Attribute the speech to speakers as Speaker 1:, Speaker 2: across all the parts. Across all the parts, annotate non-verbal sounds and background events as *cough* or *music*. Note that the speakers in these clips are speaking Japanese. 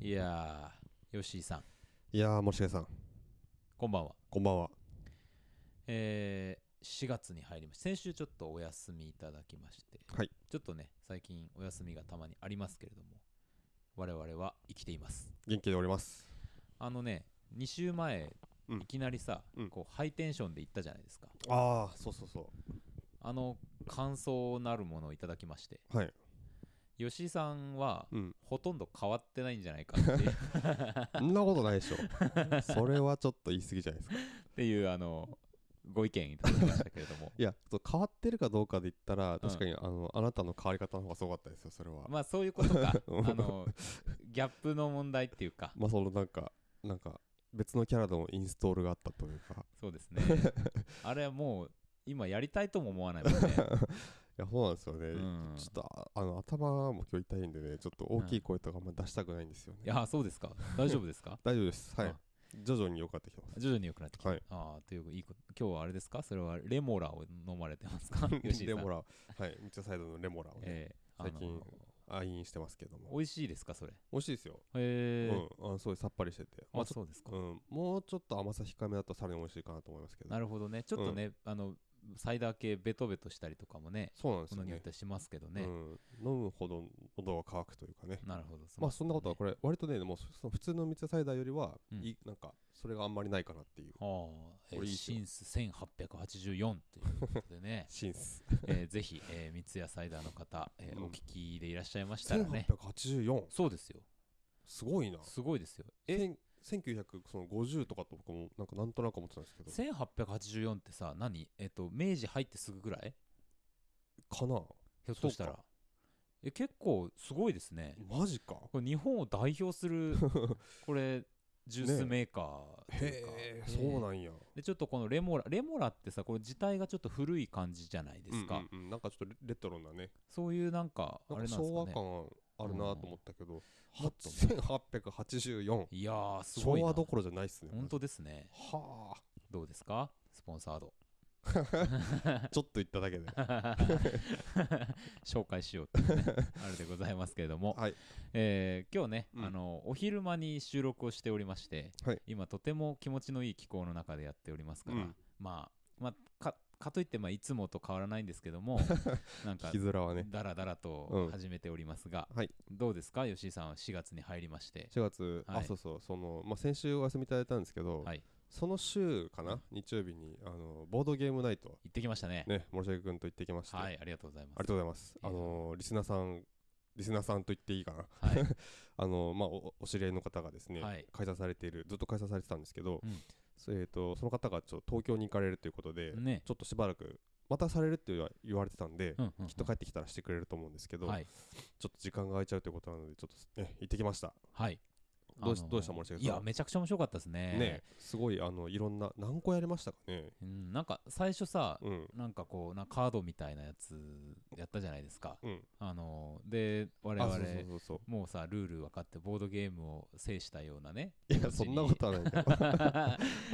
Speaker 1: いやー、ヨッシーさん、
Speaker 2: いやー、森重さん、
Speaker 1: こんばんは。
Speaker 2: こんばんは。
Speaker 1: えー、4月に入りまして、先週ちょっとお休みいただきまして、
Speaker 2: はい
Speaker 1: ちょっとね、最近お休みがたまにありますけれども、我々は生きています。
Speaker 2: 元気でおります。
Speaker 1: あのね、2週前、
Speaker 2: うん
Speaker 1: いきなりさ、
Speaker 2: うん
Speaker 1: こうハイテンションで行ったじゃないですか。
Speaker 2: ああ、そうそうそ
Speaker 1: あの感想なるものをいただきまして、
Speaker 2: う。はい。
Speaker 1: 吉井さんは、
Speaker 2: うん。
Speaker 1: ほとんど変わってないんじゃないかって
Speaker 2: *laughs*
Speaker 1: いうっ
Speaker 2: そんなことないで *laughs* しょ。それはちょっと言い過ぎじゃないですか。
Speaker 1: ていうあのご意見いただきましたけれども
Speaker 2: いや、そう変わってるかどうかで言ったら、確かに、あの、あなたの変わり方の方がすごかったですよ、それは。
Speaker 1: まあそういうこと
Speaker 2: *laughs*
Speaker 1: か
Speaker 2: うん
Speaker 1: あのギャップの問題っていうか
Speaker 2: まあ、その、なんか、なんか、別のキャラのインストールがあったというか。
Speaker 1: そうです
Speaker 2: *laughs*
Speaker 1: ねあれはもう今やりたいとも思わないもんね、
Speaker 2: *laughs* いや、そうなんですよね。
Speaker 1: うん、
Speaker 2: ちょっ
Speaker 1: い
Speaker 2: とああの頭も今日痛いんでねちょっと大きい声とかあんま出したくないんですよね、
Speaker 1: やそうですか大丈夫ですか
Speaker 2: 大丈夫ですはい
Speaker 1: あ
Speaker 2: 徐々に良かってきてます
Speaker 1: 徐々に良くなってきた、
Speaker 2: *laughs* はい
Speaker 1: ああといういいこと今日はあれですかそれはレモラを飲まれてます
Speaker 2: *laughs*
Speaker 1: か吉井さ
Speaker 2: レ
Speaker 1: ん
Speaker 2: モラはい道のサイドのレモラをね、
Speaker 1: ええあの
Speaker 2: 最近愛飲してますけども
Speaker 1: 美味しいですかそれ
Speaker 2: 美味しいですよ、
Speaker 1: へえ
Speaker 2: うんあのすごいさっぱりしてて、ま
Speaker 1: あ
Speaker 2: あちょ
Speaker 1: そうですか、
Speaker 2: うん、もうちょっと甘さ控えめだとさらに美味しいかなと思いますけど
Speaker 1: なるほどねちょっとね、あのサイダー系ベトベトしたりとかもね
Speaker 2: そうなんです
Speaker 1: も
Speaker 2: よ
Speaker 1: のによっ
Speaker 2: ね
Speaker 1: てはしますけどね、
Speaker 2: うん、飲むほど喉が渇くというかね
Speaker 1: なるほど
Speaker 2: まあそんなことは
Speaker 1: れ
Speaker 2: これ割とねもうそその普通の道のサイダーよりは、
Speaker 1: うん
Speaker 2: いなんかそれがあんまりないかなっていう
Speaker 1: はあ、え
Speaker 2: これい
Speaker 1: ー、
Speaker 2: いっす
Speaker 1: シ
Speaker 2: よ、
Speaker 1: ンス1884ということでね
Speaker 2: *laughs* シンス
Speaker 1: えーぜひ、えー、三ツ矢サイダーの方、えー
Speaker 2: うん
Speaker 1: お聞きでいらっしゃいましたらね、
Speaker 2: 1884
Speaker 1: そうですよ、
Speaker 2: すごいな
Speaker 1: すごいですよ。え、
Speaker 2: え1950とかと僕もなんかなんとなく思ってたんですけど
Speaker 1: 1884ってさ、何えっ、と、明治入ってすぐぐらい
Speaker 2: かな
Speaker 1: ひょっとした
Speaker 2: そう
Speaker 1: ら。え、結構すごいですね。
Speaker 2: マジか
Speaker 1: これ日本を代表する、
Speaker 2: *laughs*
Speaker 1: これ、ジュースメーカーというか。
Speaker 2: へえそう
Speaker 1: え
Speaker 2: なんや
Speaker 1: ーで、ちょっとこのレモラ、レモラってさ、これ自体がちょっと古い感じじゃないですか。
Speaker 2: うんうんうんなんかちょっとレレトロなね
Speaker 1: そういうなんか、あ
Speaker 2: な
Speaker 1: れ
Speaker 2: ん
Speaker 1: なん
Speaker 2: か
Speaker 1: ですかね
Speaker 2: 昭。和感あるなと思ったけど、
Speaker 1: もっと
Speaker 2: 8884
Speaker 1: いやー、す
Speaker 2: 昭
Speaker 1: ごいな。
Speaker 2: 和どころじゃないっすね
Speaker 1: 本当ですね。
Speaker 2: は
Speaker 1: どうですかスポンサー
Speaker 2: *laughs*
Speaker 1: ド。
Speaker 2: あちょっと言った
Speaker 1: *laughs*
Speaker 2: だけで
Speaker 1: 紹介しようっていう
Speaker 2: *laughs*
Speaker 1: ね、あれでございますけれども、
Speaker 2: はい
Speaker 1: えー今日ね、
Speaker 2: うん
Speaker 1: あのお昼間に収録をしておりまして、
Speaker 2: はい
Speaker 1: 今とても気持ちのいい気候の中でやっておりますから、
Speaker 2: うん
Speaker 1: まあ、まあ、かかといって、まあ、いつもと変わらないんですけど
Speaker 2: *laughs*
Speaker 1: もなんか
Speaker 2: 引きずらはね
Speaker 1: だらだらと
Speaker 2: うん
Speaker 1: 始めておりますが、
Speaker 2: はい
Speaker 1: どうですか吉井さんは4月に入りまして、
Speaker 2: 4月、
Speaker 1: はい
Speaker 2: あそうそうその、まあ、先週お休みいただいたんですけど、
Speaker 1: はい、
Speaker 2: その週かな日曜日にあのボードゲームナイト
Speaker 1: 行ってきましたね
Speaker 2: ね森重君と行ってきまして、
Speaker 1: はいありがとうございます
Speaker 2: ありがとうございます。
Speaker 1: えー
Speaker 2: あのーリスナーさん、リスナーさんと言っていいかな。
Speaker 1: はい
Speaker 2: *laughs* あのーまあ、おお知り合いの方がですね、
Speaker 1: はい
Speaker 2: 開催されている、ずっと開催されてたんですけど、
Speaker 1: うん
Speaker 2: そえー、とその方がちょっと東京に行かれるということで、
Speaker 1: ね
Speaker 2: ちょっとしばらく、またされるっていうのは言われてたんで、
Speaker 1: うんうんうん
Speaker 2: きっと帰ってきたらしてくれると思うんですけど、
Speaker 1: はい
Speaker 2: ちょっと時間が空いちゃうということなので、ちょっと、ね、行ってきました。
Speaker 1: はい
Speaker 2: どうし,、
Speaker 1: あのー
Speaker 2: どうでした、森重さ
Speaker 1: い
Speaker 2: ん。
Speaker 1: やめちゃくちゃ面白かったですね
Speaker 2: ね、すごいあのいろんな、何個やりましたかね。
Speaker 1: うん、なんか最初さ、
Speaker 2: うん、
Speaker 1: なんかこうなカードみたいなやつやったじゃないですか、
Speaker 2: うん、
Speaker 1: あのーで我
Speaker 2: あ
Speaker 1: 々
Speaker 2: そうそうそうそう。
Speaker 1: もうさルール分かってボードゲームを制したようなね
Speaker 2: いや、そんなことはない
Speaker 1: *laughs*
Speaker 2: けど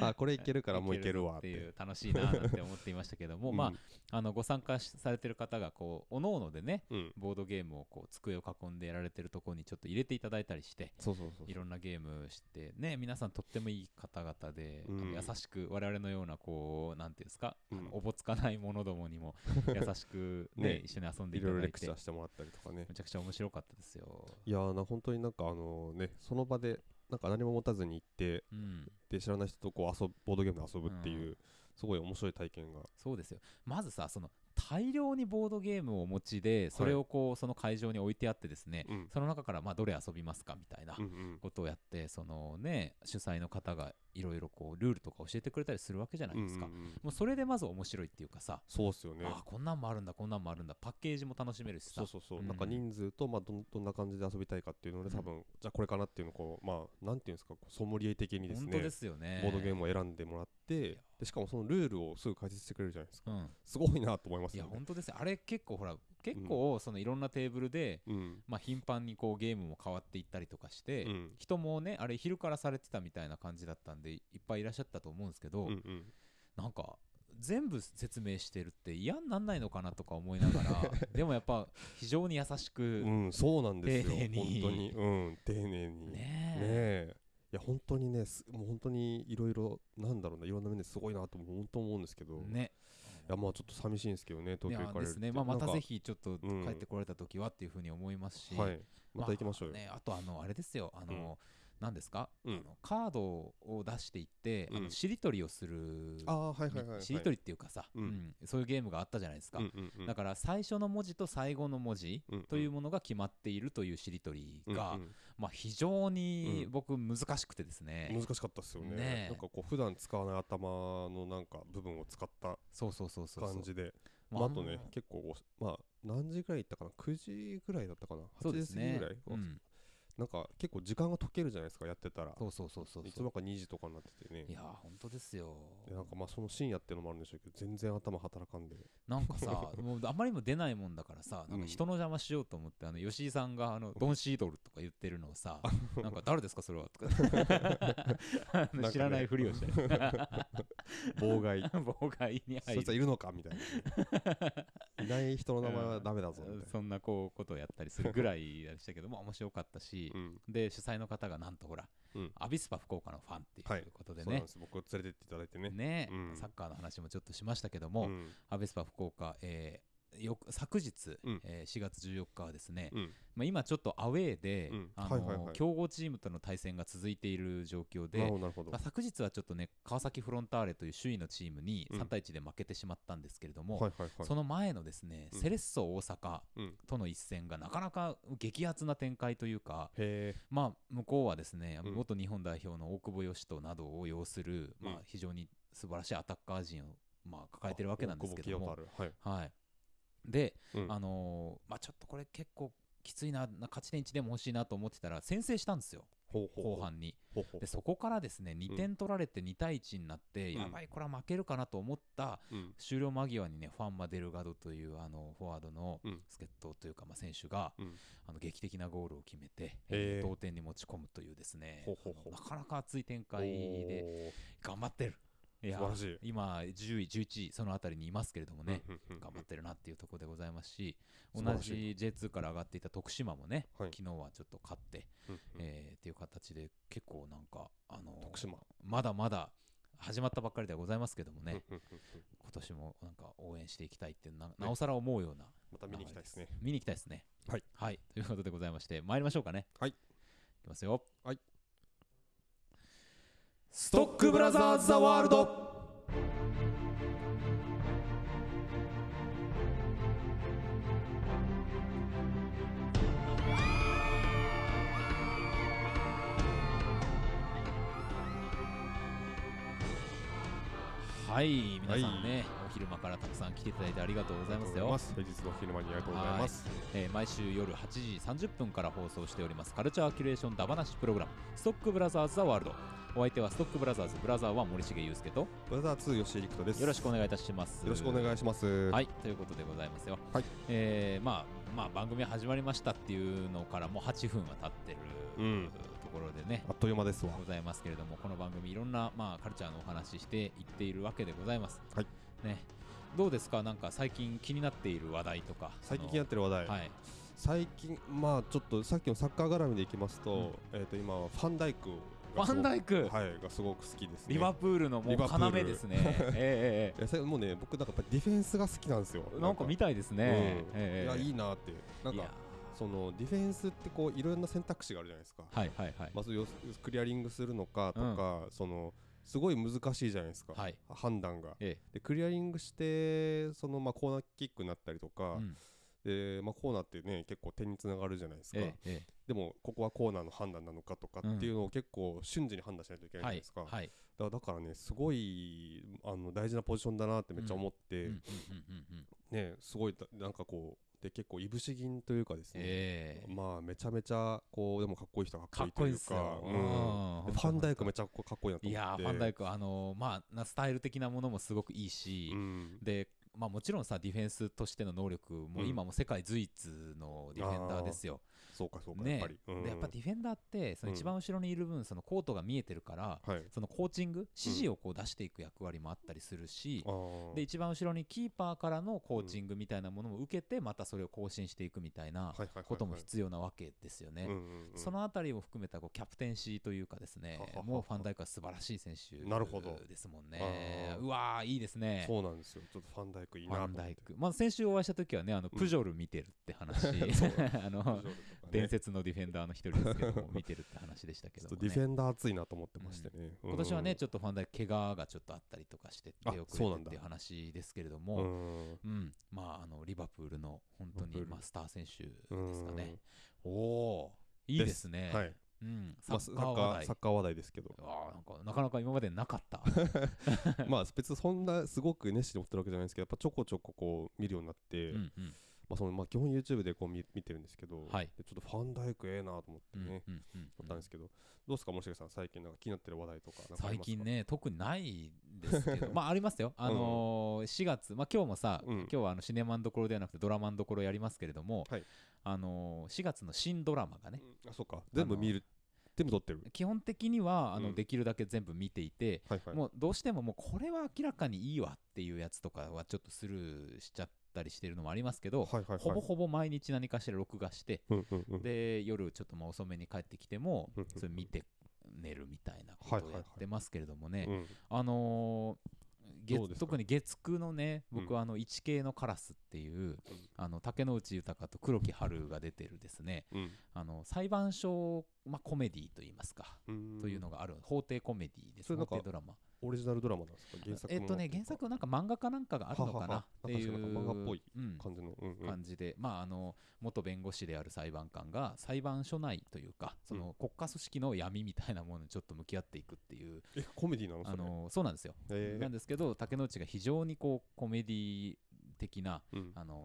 Speaker 2: あ、これいけるからもういけるわ
Speaker 1: っ
Speaker 2: ってて。
Speaker 1: いう楽しいなーなんて思っていましたけども、
Speaker 2: うん
Speaker 1: まああのご参加しされてる方がこうおのおのでね
Speaker 2: うん、
Speaker 1: ボードゲームをこう机を囲んでやられてるところにちょっと入れていただいたりして
Speaker 2: そうそうそう
Speaker 1: いろんなゲームしてね皆さんとってもいい方々で、
Speaker 2: うん
Speaker 1: あの優しく我々のようなこうなんていうんですか、あ
Speaker 2: うん
Speaker 1: のおぼつかない者どもに
Speaker 2: *laughs*
Speaker 1: も優しく、ね
Speaker 2: ね
Speaker 1: 一緒に遊んで
Speaker 2: い
Speaker 1: いた
Speaker 2: ろいろ
Speaker 1: だ
Speaker 2: レ
Speaker 1: い
Speaker 2: ク
Speaker 1: て
Speaker 2: チャーしてもらったりとかね
Speaker 1: めちゃくちゃ面白かったですよ。
Speaker 2: いやーな本当になんかあのねその場でなんか何も持たずに行って
Speaker 1: うん、
Speaker 2: で知らない人とこう遊ぶボードゲームで遊ぶっていう、
Speaker 1: う
Speaker 2: すごい面白い体験が
Speaker 1: そうですよまずさその大量にボードゲームをお持ちでそれをこうその会場に置いてあってですね、
Speaker 2: うん
Speaker 1: その中からまあどれ遊びますかみたいな
Speaker 2: うんうん
Speaker 1: ことをやってそのね主催の方がいろいろこうルールとか教えてくれたりするわけじゃないですか。
Speaker 2: うんうんうん
Speaker 1: もうそれでまず面白いっていうかさ、
Speaker 2: そうっすよね
Speaker 1: あーこんなんもあるんだこんなんもあるんだパッケージも楽しめるしさ
Speaker 2: そうそうそう、
Speaker 1: うん
Speaker 2: なんか人数と、まあ、どんどんな感じで遊びたいかっていうので
Speaker 1: うん
Speaker 2: 多分、じゃあこれかなっていうのをこうまあなんていうんですかこうソムリエ的にです
Speaker 1: 本
Speaker 2: ね
Speaker 1: 当ですよね
Speaker 2: ボードゲームを選んでもらってでしかもそのルールをすぐ解説してくれるじゃないですか
Speaker 1: うん
Speaker 2: すごいなと思います
Speaker 1: いや
Speaker 2: よね
Speaker 1: 本当ですよあれ結構ほら結構そのいろんなテーブルで、
Speaker 2: うん
Speaker 1: まあ、頻繁にこうゲームも変わっていったりとかして、
Speaker 2: うん
Speaker 1: 人もねあれ昼からされてたみたいな感じだったんでいっぱいいらっしゃったと思うんですけど、
Speaker 2: うんうん
Speaker 1: なんか全部説明してるって嫌になんないのかなとか思いなが
Speaker 2: *laughs*
Speaker 1: らでもやっぱ非常に優しく、
Speaker 2: うん、そうなんですよ。
Speaker 1: 丁寧
Speaker 2: 本当
Speaker 1: に
Speaker 2: に、うん、丁寧に。ね
Speaker 1: ねえ
Speaker 2: え。いや、本当にね、すもう本当にいろいろ、なんだろうな、いろんな面ですごいなとも本当思うんですけど。い
Speaker 1: ね
Speaker 2: や、まあ、ちょっと寂しいんですけどね、東京行
Speaker 1: いや
Speaker 2: かれる
Speaker 1: で
Speaker 2: っ
Speaker 1: す
Speaker 2: て
Speaker 1: ね、まあ、またぜ。ひちょっと
Speaker 2: うん
Speaker 1: 帰ってこられた時はっていうふうに思いますし、
Speaker 2: なんかはい。また行きましょうよ。
Speaker 1: あね、あとあのあれですよあの、
Speaker 2: うん
Speaker 1: 何ですか、
Speaker 2: うん
Speaker 1: あのカードを出していって、あ
Speaker 2: う
Speaker 1: の
Speaker 2: ん
Speaker 1: しりとりをする
Speaker 2: ああ、はいはいはいはい。
Speaker 1: しりとりっていうかさ、
Speaker 2: うん
Speaker 1: うんそういうゲームがあったじゃないですか、
Speaker 2: うんうんうん
Speaker 1: だから最初の文字と最後の文字
Speaker 2: うんうん
Speaker 1: というものが決まっているというしりとりが、
Speaker 2: うんうん
Speaker 1: まあ、非常に
Speaker 2: うん
Speaker 1: 僕難しくてですね、
Speaker 2: 難しかったですよね
Speaker 1: ねえ
Speaker 2: なんかこう普段使わない頭のなんか部分を使った
Speaker 1: そうそうそうそうそう
Speaker 2: 感じで
Speaker 1: ま
Speaker 2: ま
Speaker 1: あ
Speaker 2: あ、あとね結構こうまあ何時ぐらい行ったかな9時ぐらいだったかな
Speaker 1: そう
Speaker 2: 8
Speaker 1: で
Speaker 2: 時
Speaker 1: す
Speaker 2: 過ぎ
Speaker 1: ね
Speaker 2: ぐらい、
Speaker 1: うん、
Speaker 2: なんか結構時間が解けるじゃないですかやってたら
Speaker 1: そうそうそうそう
Speaker 2: いつ
Speaker 1: そう
Speaker 2: の間にか2時とかになっててね
Speaker 1: いやー本当ですよ
Speaker 2: でなんかまあその深夜っていうのもあるんでしょうけど全然頭働か
Speaker 1: *laughs*
Speaker 2: んで
Speaker 1: なん
Speaker 2: *laughs*
Speaker 1: かさもうあまりにも出ないもんだからさなん
Speaker 2: うん
Speaker 1: か人の邪魔しようと思ってあの吉井さんがあのドン・シードルとか言ってるのを
Speaker 2: *laughs*
Speaker 1: さなんか誰ですかそれはとか *laughs* あの
Speaker 2: *laughs* なんかね
Speaker 1: 知らないふりをして
Speaker 2: 妨害
Speaker 1: *laughs* 妨害に
Speaker 2: そ
Speaker 1: 入
Speaker 2: いつは
Speaker 1: る
Speaker 2: いるのかみたいないない人の名前はダメだぞみた
Speaker 1: *laughs*
Speaker 2: い
Speaker 1: そんなこうことをやったりするぐらいでしたけども面白かったし
Speaker 2: な、うん
Speaker 1: で主催の方がなんとほら
Speaker 2: うん
Speaker 1: アビスパ福岡のファンって
Speaker 2: はい
Speaker 1: いうことで
Speaker 2: そうなん
Speaker 1: ね
Speaker 2: です僕連れてっていただいてね
Speaker 1: ね
Speaker 2: うん
Speaker 1: サッカーの話もちょっとしましたけど
Speaker 2: う
Speaker 1: も
Speaker 2: ん
Speaker 1: アビスパ福岡えーよ昨日
Speaker 2: うん
Speaker 1: えー4月14日はですね
Speaker 2: うん
Speaker 1: まあ、今ちょっとアウェーで、
Speaker 2: うん
Speaker 1: あの
Speaker 2: はいはいはい
Speaker 1: 強豪チームとの対戦が続いている状況
Speaker 2: なる
Speaker 1: で、
Speaker 2: ほどなるほど
Speaker 1: まあ、昨日はちょっとね川崎フロンターレという首位のチームに
Speaker 2: うん
Speaker 1: 3対1で負けてしまったんですけれども、
Speaker 2: はいはいはい
Speaker 1: その前のですね、
Speaker 2: うん
Speaker 1: セレッソ大阪
Speaker 2: うん
Speaker 1: との一戦がなかなか激アツな展開というか、
Speaker 2: へえ
Speaker 1: まあ、向こうはですね、
Speaker 2: うん
Speaker 1: 元日本代表の大久保嘉人などを擁する、まあ
Speaker 2: うん、
Speaker 1: 非常に素晴らしいアタッカー陣を、まあ、抱えてるわけなんですけども
Speaker 2: あ。大久保清太郎はい
Speaker 1: はい、で、
Speaker 2: うん
Speaker 1: あのーまあ、ちょっとこれ結構きついなな勝ち点1でも欲しいなと思ってたら先制したんですよ
Speaker 2: ほうほうほう
Speaker 1: 後半に
Speaker 2: ほうほう
Speaker 1: でそこからですね2点取られて2対1になって、
Speaker 2: うん
Speaker 1: やばいこれは負けるかなと思った
Speaker 2: うん
Speaker 1: 終了間際にねファン・マデルガドというあのフォワードの
Speaker 2: うん
Speaker 1: 助っ人というか、まあ、選手が、
Speaker 2: うん
Speaker 1: あの劇的なゴールを決めて、
Speaker 2: へー
Speaker 1: 同点に持ち込むというですね
Speaker 2: ほうほうほう
Speaker 1: なかなか熱い展開で頑張ってるい
Speaker 2: おー
Speaker 1: や
Speaker 2: 素晴らしい
Speaker 1: 今10位11位そのあたりにいますけれどもね、
Speaker 2: うんうんうん
Speaker 1: 頑張ってるなっていうところでございますし、
Speaker 2: 素
Speaker 1: 同
Speaker 2: 晴らし
Speaker 1: じ J2 から上がっていた徳島もね、
Speaker 2: はい
Speaker 1: 昨日はちょっと勝って、
Speaker 2: うんうん
Speaker 1: えーっていう形で、結構なんか、あのー
Speaker 2: 徳島
Speaker 1: まだまだ始まったばっかりではございますけどもね、
Speaker 2: うんうんうんうん
Speaker 1: 今年もなんか応援していきたいってな、なおさら思うような、
Speaker 2: また見に行きたいですね。
Speaker 1: 見に行きたいですね。
Speaker 2: はい、
Speaker 1: ということでございまして、参りましょうかね。
Speaker 2: はい
Speaker 1: いきますよ。
Speaker 2: はい
Speaker 1: ストックブラザーズ・ザ・ワールドはい、皆さんね、お昼間からたくさん来ていただいてありがとうご
Speaker 2: ご
Speaker 1: ざいますよ。
Speaker 2: 平日の昼間にありがとうございます。
Speaker 1: えー毎週夜8時30分から放送しておりますカルチャーキュレーションダバなしプログラムストックブラザーズ・ザ・ワールドお相手はストックブラザーズブラザーは森重裕介と
Speaker 2: ブラザー2吉井陸斗です。
Speaker 1: よろしくお
Speaker 2: よ
Speaker 1: 願いいたします
Speaker 2: ろしくお願いします。。
Speaker 1: はいいということでございますよ、
Speaker 2: はい
Speaker 1: えーまあ、まあ番組始まりましたっていうのからもう8分は経ってる
Speaker 2: うん
Speaker 1: ところでね、
Speaker 2: あっという間ですわ。
Speaker 1: ございますけれどもこの番組いろんな、まあ、カルチャーのお話ししていっているわけでございます、
Speaker 2: はい
Speaker 1: ね、どうですかなんか最近気になっている話題とか
Speaker 2: 最近気になってる話題、
Speaker 1: そのはい
Speaker 2: 最近、まあちょっとさっきのサッカー絡みでいきますと、
Speaker 1: うん
Speaker 2: えっ、と今はファンダイク
Speaker 1: フ
Speaker 2: がすごく。
Speaker 1: ァンダイク
Speaker 2: はい、がすごく好きですね。
Speaker 1: リバプールのもう
Speaker 2: リバプール
Speaker 1: 要ですね。えええ
Speaker 2: いやそれもうね、僕なんかやっぱディフェンスが好きなんですよ。 *laughs*
Speaker 1: えなんか見たいですね。
Speaker 2: うん
Speaker 1: ええ
Speaker 2: いや、い
Speaker 1: い
Speaker 2: いなって。なん
Speaker 1: や
Speaker 2: か、そのディフェンスってこう、いろんな選択肢があるじゃないですか。
Speaker 1: はいはいはい。
Speaker 2: まずよクリアリングするのかとか、そのすごい難しいじゃないですか、
Speaker 1: はい
Speaker 2: 判断が
Speaker 1: え
Speaker 2: でクリアリングしてその、まあ、コーナーキックになったりと
Speaker 1: え
Speaker 2: か、
Speaker 1: うん
Speaker 2: でまあ、コーナーってね結構点につながるじゃないですか、
Speaker 1: えええ
Speaker 2: でもここはコーナーの判断なのかとか
Speaker 1: うん
Speaker 2: っていうのを結構瞬時に判断しないといけ
Speaker 1: え
Speaker 2: ないじゃ
Speaker 1: は
Speaker 2: ない
Speaker 1: い
Speaker 2: ですか、
Speaker 1: はい。
Speaker 2: だだからねすごいあの大事なポジションだなってめっちゃ思って、
Speaker 1: うんうんうんうんうん
Speaker 2: ねすごいだなんかこうで結構いぶし銀というかですね、
Speaker 1: ええ
Speaker 2: まあめちゃめちゃこうでもかっこいい人はか
Speaker 1: か
Speaker 2: っ
Speaker 1: っ
Speaker 2: こ
Speaker 1: こ
Speaker 2: い
Speaker 1: い
Speaker 2: い
Speaker 1: い
Speaker 2: と
Speaker 1: で
Speaker 2: いう
Speaker 1: すよ。
Speaker 2: かうん
Speaker 1: うん
Speaker 2: でファンダイクめちゃかっこいいなと思って
Speaker 1: い
Speaker 2: い
Speaker 1: やーファンダイ
Speaker 2: ク
Speaker 1: クあのーまあなスタイル的なものもすごくいいし、
Speaker 2: うん
Speaker 1: で。まあもちろんさディフェンスとしての能力も
Speaker 2: うん
Speaker 1: 今も世界随一のディフェンダーですよ、
Speaker 2: そうかそうか、
Speaker 1: ね
Speaker 2: やっぱり、うん
Speaker 1: でやっぱディフェンダーってその
Speaker 2: うん
Speaker 1: 一番後ろにいる分そのコートが見えてるから
Speaker 2: はい
Speaker 1: そのコーチング指示をこう出していく役割もあったりするし
Speaker 2: あー
Speaker 1: で一番後ろにキーパーからのコーチングみたいなものも受けてまたそれを更新していくみたいな
Speaker 2: はいはいはいはい
Speaker 1: ことも必要なわけですよね
Speaker 2: う。んうんうん
Speaker 1: そのあたりを含めたこうキャプテンシーというかですね
Speaker 2: はははは
Speaker 1: もうファンダイクは素晴らしい選手
Speaker 2: なるほど
Speaker 1: ですもんね
Speaker 2: あー
Speaker 1: うわーいいですね
Speaker 2: そうなんですよちょっとファンダイクいい
Speaker 1: フ
Speaker 2: な
Speaker 1: ァ
Speaker 2: と思っ
Speaker 1: ン
Speaker 2: て
Speaker 1: ダイクまあ先週お会いした時はねあの
Speaker 2: うん
Speaker 1: プジョル見てるって話
Speaker 2: *laughs* そうなん
Speaker 1: *laughs*
Speaker 2: で
Speaker 1: あ
Speaker 2: プジョル
Speaker 1: の
Speaker 2: とか *laughs* ね
Speaker 1: 伝説のディフェンダーの一人ですけども見てるって話でしたけ
Speaker 2: ちょ
Speaker 1: ども
Speaker 2: っとディフ
Speaker 1: ね
Speaker 2: ェンダー熱いなと思ってましてね、うん
Speaker 1: 今年はねちょっとファンダイク怪我がちょっとあったりとかして
Speaker 2: あ
Speaker 1: 手遅
Speaker 2: そう
Speaker 1: れ
Speaker 2: な
Speaker 1: て
Speaker 2: ん
Speaker 1: っ
Speaker 2: だ
Speaker 1: ていう話ですけれど
Speaker 2: う
Speaker 1: も
Speaker 2: ん
Speaker 1: うんまああのリバプールの本当
Speaker 2: リバプー
Speaker 1: に
Speaker 2: ル
Speaker 1: まあスター選手
Speaker 2: うん
Speaker 1: ですかねおおーいい
Speaker 2: です
Speaker 1: ですね
Speaker 2: はい
Speaker 1: うんサ
Speaker 2: まあ
Speaker 1: ッカー話題
Speaker 2: サッカー話題ですけど
Speaker 1: あーなんかなかなか今までなかった。
Speaker 2: まあ別にそんなすごく熱心に追ってるわけじゃないんですけどやっぱちょこちょここう見るようになって、
Speaker 1: うんうん
Speaker 2: まあそのまあ基本 YouTube でこう見見てるんですけど、
Speaker 1: はい
Speaker 2: でちょっとファンダイクええなと思って
Speaker 1: う
Speaker 2: ね、
Speaker 1: んうんうん
Speaker 2: 思ったんですけど、どうですか、もしげさん、最近なんか気になってる話題とかなんかあ
Speaker 1: 最
Speaker 2: りますか
Speaker 1: 近、ね特にないですけどまあありますよあのー4月まあ今日もさ、
Speaker 2: うん
Speaker 1: 今日はあのシネマンどころではなくてドラマンどころやりますけれども、
Speaker 2: はい
Speaker 1: あのー4月の新ドラマがね
Speaker 2: うんあそうか、全部見る、全部撮ってる、
Speaker 1: 基本的にはあの、
Speaker 2: うん
Speaker 1: できるだけ全部見ていて、
Speaker 2: はいはい、
Speaker 1: もうどうしてももうこれは明らかにいいわっていうやつとかはちょっとスルーしちゃったりしてるのもありますけど、
Speaker 2: はいはいはい、
Speaker 1: ほぼほぼ毎日何かしら録画して
Speaker 2: うんうんうん、
Speaker 1: で夜ちょっとまあ遅めに帰ってきても
Speaker 2: うんうんうん
Speaker 1: それ見て寝るみたいなこと
Speaker 2: は
Speaker 1: を
Speaker 2: いは
Speaker 1: や
Speaker 2: いはい
Speaker 1: ってますけれどもね、
Speaker 2: うん、
Speaker 1: あのー月
Speaker 2: どうですか
Speaker 1: 特に月9のね僕
Speaker 2: うん
Speaker 1: はあの一系のカラスっていう、あの竹野内豊と黒木春が出てるですね
Speaker 2: うん
Speaker 1: あの裁判所、まあ、コメディといいますか、
Speaker 2: うん、
Speaker 1: というのがある法廷コメディです
Speaker 2: それな
Speaker 1: 法
Speaker 2: んか
Speaker 1: 廷ドラマ
Speaker 2: オリジナルドラマなんですか、原作
Speaker 1: えっとね
Speaker 2: の
Speaker 1: 原作なんか漫画かなんかがあるのか
Speaker 2: はは
Speaker 1: な
Speaker 2: は
Speaker 1: っていう
Speaker 2: なんかそうなんか漫画っぽい
Speaker 1: うん
Speaker 2: 感じの、うんうん、
Speaker 1: 感じで、まあ、あの元弁護士である裁判官が裁判所内というかその国家組織の闇みたいなものにちょっと向き合っていくっていう、
Speaker 2: えコメディなのそれ
Speaker 1: あのそうなんですよ、
Speaker 2: えー
Speaker 1: なんですけど竹之内が非常にこうコメディ的な
Speaker 2: うん、
Speaker 1: あの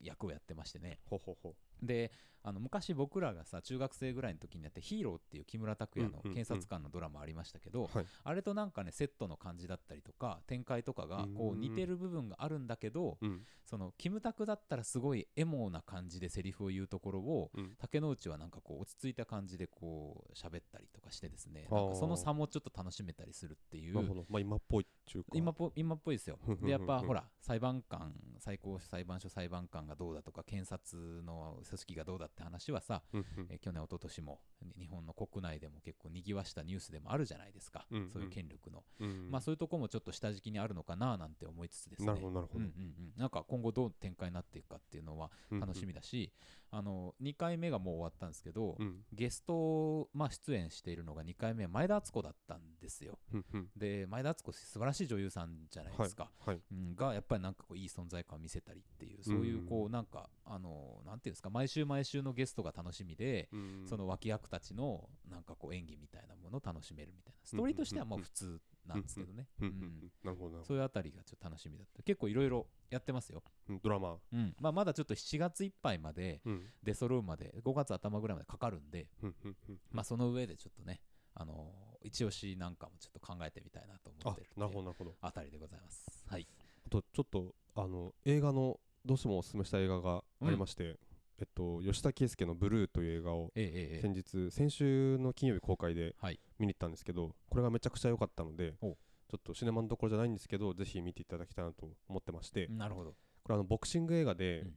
Speaker 1: 役をやってましてね
Speaker 2: ほうほうほ
Speaker 1: であの昔僕らがさ中学生ぐらいの時にやって「ヒーロー」っていう木村拓哉の
Speaker 2: うんうんうん
Speaker 1: 検察官のドラマありましたけど、
Speaker 2: う、はい、
Speaker 1: あれとなんかねセットの感じだったりとか展開とかがこう
Speaker 2: うん
Speaker 1: 似てる部分があるんだけど、
Speaker 2: うん
Speaker 1: そのキムタクだったらすごいエモな感じでセリフを言うところを
Speaker 2: うん、
Speaker 1: 竹之内はなんかこう落ち着いた感じでこう喋ったりとかしてですね
Speaker 2: あー
Speaker 1: なんかその差もちょっと楽しめたりするってい
Speaker 2: なるほ
Speaker 1: う
Speaker 2: ど、まあ今っぽいっていうか、
Speaker 1: 今っぽ今っぽいですよでやっぱほら裁判官最高裁判所裁判官がどうだとか検察の組織がどうだって話はさ
Speaker 2: うんうん、
Speaker 1: え去年一昨年も日本の国内でも結構にぎわしたニュースでもあるじゃないですか、
Speaker 2: うんうん
Speaker 1: そういう権力の、
Speaker 2: うん
Speaker 1: まあそういうとこもちょっと下敷きにあるのかななんて思いつつですね
Speaker 2: なるほどなるほ
Speaker 1: うん
Speaker 2: ど
Speaker 1: うん、うん、なんか今後どう展開になっていくかっていうのは
Speaker 2: うん
Speaker 1: 楽しみだし、あの2回目がもう終わったんですけど、
Speaker 2: うん
Speaker 1: ゲスト、まあ、出演しているのが2回目前田敦子だったんですよ
Speaker 2: うんうん、
Speaker 1: で前田敦子素晴らしい女優さんじゃないですか、
Speaker 2: はい、はい、
Speaker 1: うん、がやっぱりなんかこういい存在感を見せたりっていうそういうこうなんかあのなんていうんですか毎週毎週のゲストが楽しみで、
Speaker 2: うん
Speaker 1: その脇役たちのなんかこう演技みたいなものを楽しめるみたいなス
Speaker 2: うん
Speaker 1: トーリーとしてはまあ
Speaker 2: うん
Speaker 1: 普通なんですけどね、
Speaker 2: う
Speaker 1: うん
Speaker 2: うん
Speaker 1: ん、
Speaker 2: なるほどなるほ
Speaker 1: そういうあたりがちょっと楽しみだった結構いろいろやってますよ、
Speaker 2: どうんドラマ、
Speaker 1: うんまあ、まだちょっと7月いっぱいまで
Speaker 2: うん
Speaker 1: 出揃うまで5月頭ぐらいまでかかるんで、
Speaker 2: うんうんうん
Speaker 1: まあ、その上でちょっとねあのー一押しなんかもちょっと考えてみたいなと思
Speaker 2: あ
Speaker 1: ってるっていう
Speaker 2: なるほどなるほど
Speaker 1: あたりでございますはい
Speaker 2: あとちょっとあの映画のどうしてもおすすめしたい映画がありまして、えっと吉田圭介の「ブルー」という映画を
Speaker 1: ええええええ
Speaker 2: 先日先週の金曜日公開で
Speaker 1: はい
Speaker 2: 見に行ったんですけどこれがめちゃくちゃ良かったのでち
Speaker 1: お
Speaker 2: ょっとシネマのところじゃないんですけどぜひ見ていただきたいなと思ってまして
Speaker 1: なるほど
Speaker 2: これあのボクシング映画で、
Speaker 1: うん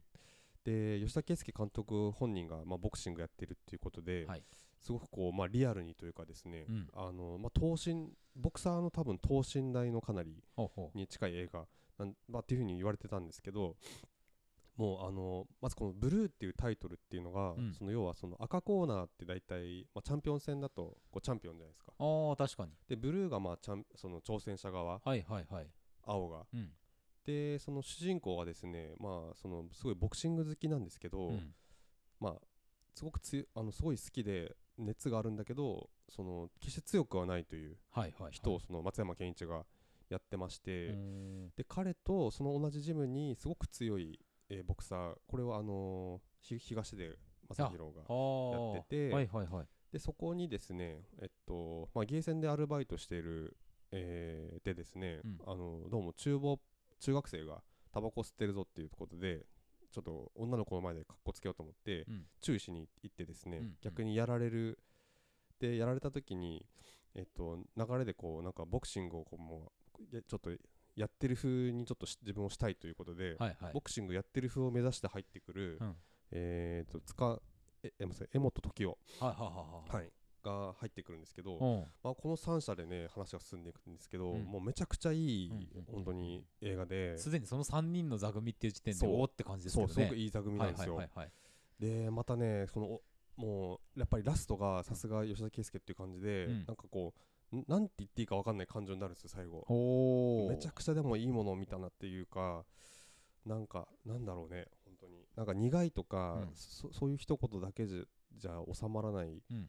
Speaker 2: で吉田圭介監督本人が、まあ、ボクシングやってるっていうことで、
Speaker 1: はい
Speaker 2: すごくこう、まあ、リアルにというかですね、
Speaker 1: うん
Speaker 2: あのまあ、等身ボクサーの多分等身大のかなり
Speaker 1: ほうほう
Speaker 2: に近い映画なん、まあ、っていうふうに言われてたんですけどもうあのまずこの「ブルー」っていうタイトルっていうのが、
Speaker 1: うん
Speaker 2: その要はその赤コーナーって大体、まあ、チャンピオン戦だとこうチャンピオンじゃないですか
Speaker 1: ああ確かに
Speaker 2: でブルーがまあチャンその挑戦者側
Speaker 1: はいはいはい
Speaker 2: 青が
Speaker 1: うん
Speaker 2: でその主人公はですねまあそのすごいボクシング好きなんですけど、
Speaker 1: うん
Speaker 2: まあすごくつあのすごい好きで熱があるんだけどその決して強くはないという
Speaker 1: はいはいはい
Speaker 2: 人をその松山ケンイチがやってまして、
Speaker 1: うーん
Speaker 2: で彼とその同じジムにすごく強い、えーボクサーこれはあのーひ東出正宏が
Speaker 1: あー
Speaker 2: やってて
Speaker 1: はいはいはい
Speaker 2: でそこにですねえっと、まあ、ゲーセンでアルバイトしている、えーでですね、
Speaker 1: うん
Speaker 2: あのどうも厨房中学生がタバコ吸ってるぞっていうことでちょっと女の子の前でかっこつけようと思って
Speaker 1: うん
Speaker 2: 注意しに行ってですね、
Speaker 1: うんうん
Speaker 2: 逆にやられるでやられた時にえっと流れでこうなんかボクシングをこうもうやちょっとやってる風にちょっとし自分をしたいということで、
Speaker 1: はいはい
Speaker 2: ボクシングやってる風を目指して入ってくる、
Speaker 1: うん
Speaker 2: えっとつかええごめんなさい江本時生、
Speaker 1: はいはいはいはい
Speaker 2: はい、が入ってくるんですけど、
Speaker 1: うん
Speaker 2: まあ、この3社でね話が進んでいくんですけど、
Speaker 1: うん
Speaker 2: もうめちゃくちゃいい、
Speaker 1: うんうんうん
Speaker 2: 本当に映画で、
Speaker 1: すでにその3人の座組っていう時点で
Speaker 2: そう
Speaker 1: おおって感じですけ
Speaker 2: そう
Speaker 1: ど
Speaker 2: すごく
Speaker 1: ね
Speaker 2: いい座組な
Speaker 1: はい
Speaker 2: んで
Speaker 1: は
Speaker 2: す
Speaker 1: い
Speaker 2: よ、
Speaker 1: はいはい
Speaker 2: でまたねそのおもうやっぱりラストがさすが吉田圭佑っていう感じで、
Speaker 1: うん
Speaker 2: なんかこうんなんて言っていいか分かんない感情になるんですよ最後
Speaker 1: おお
Speaker 2: めちゃくちゃでもいいものを見たなっていうかなんかなんだろうね本当になんか苦いとか、
Speaker 1: うん
Speaker 2: そそういう一言だけじゃじゃ収まらない、
Speaker 1: うん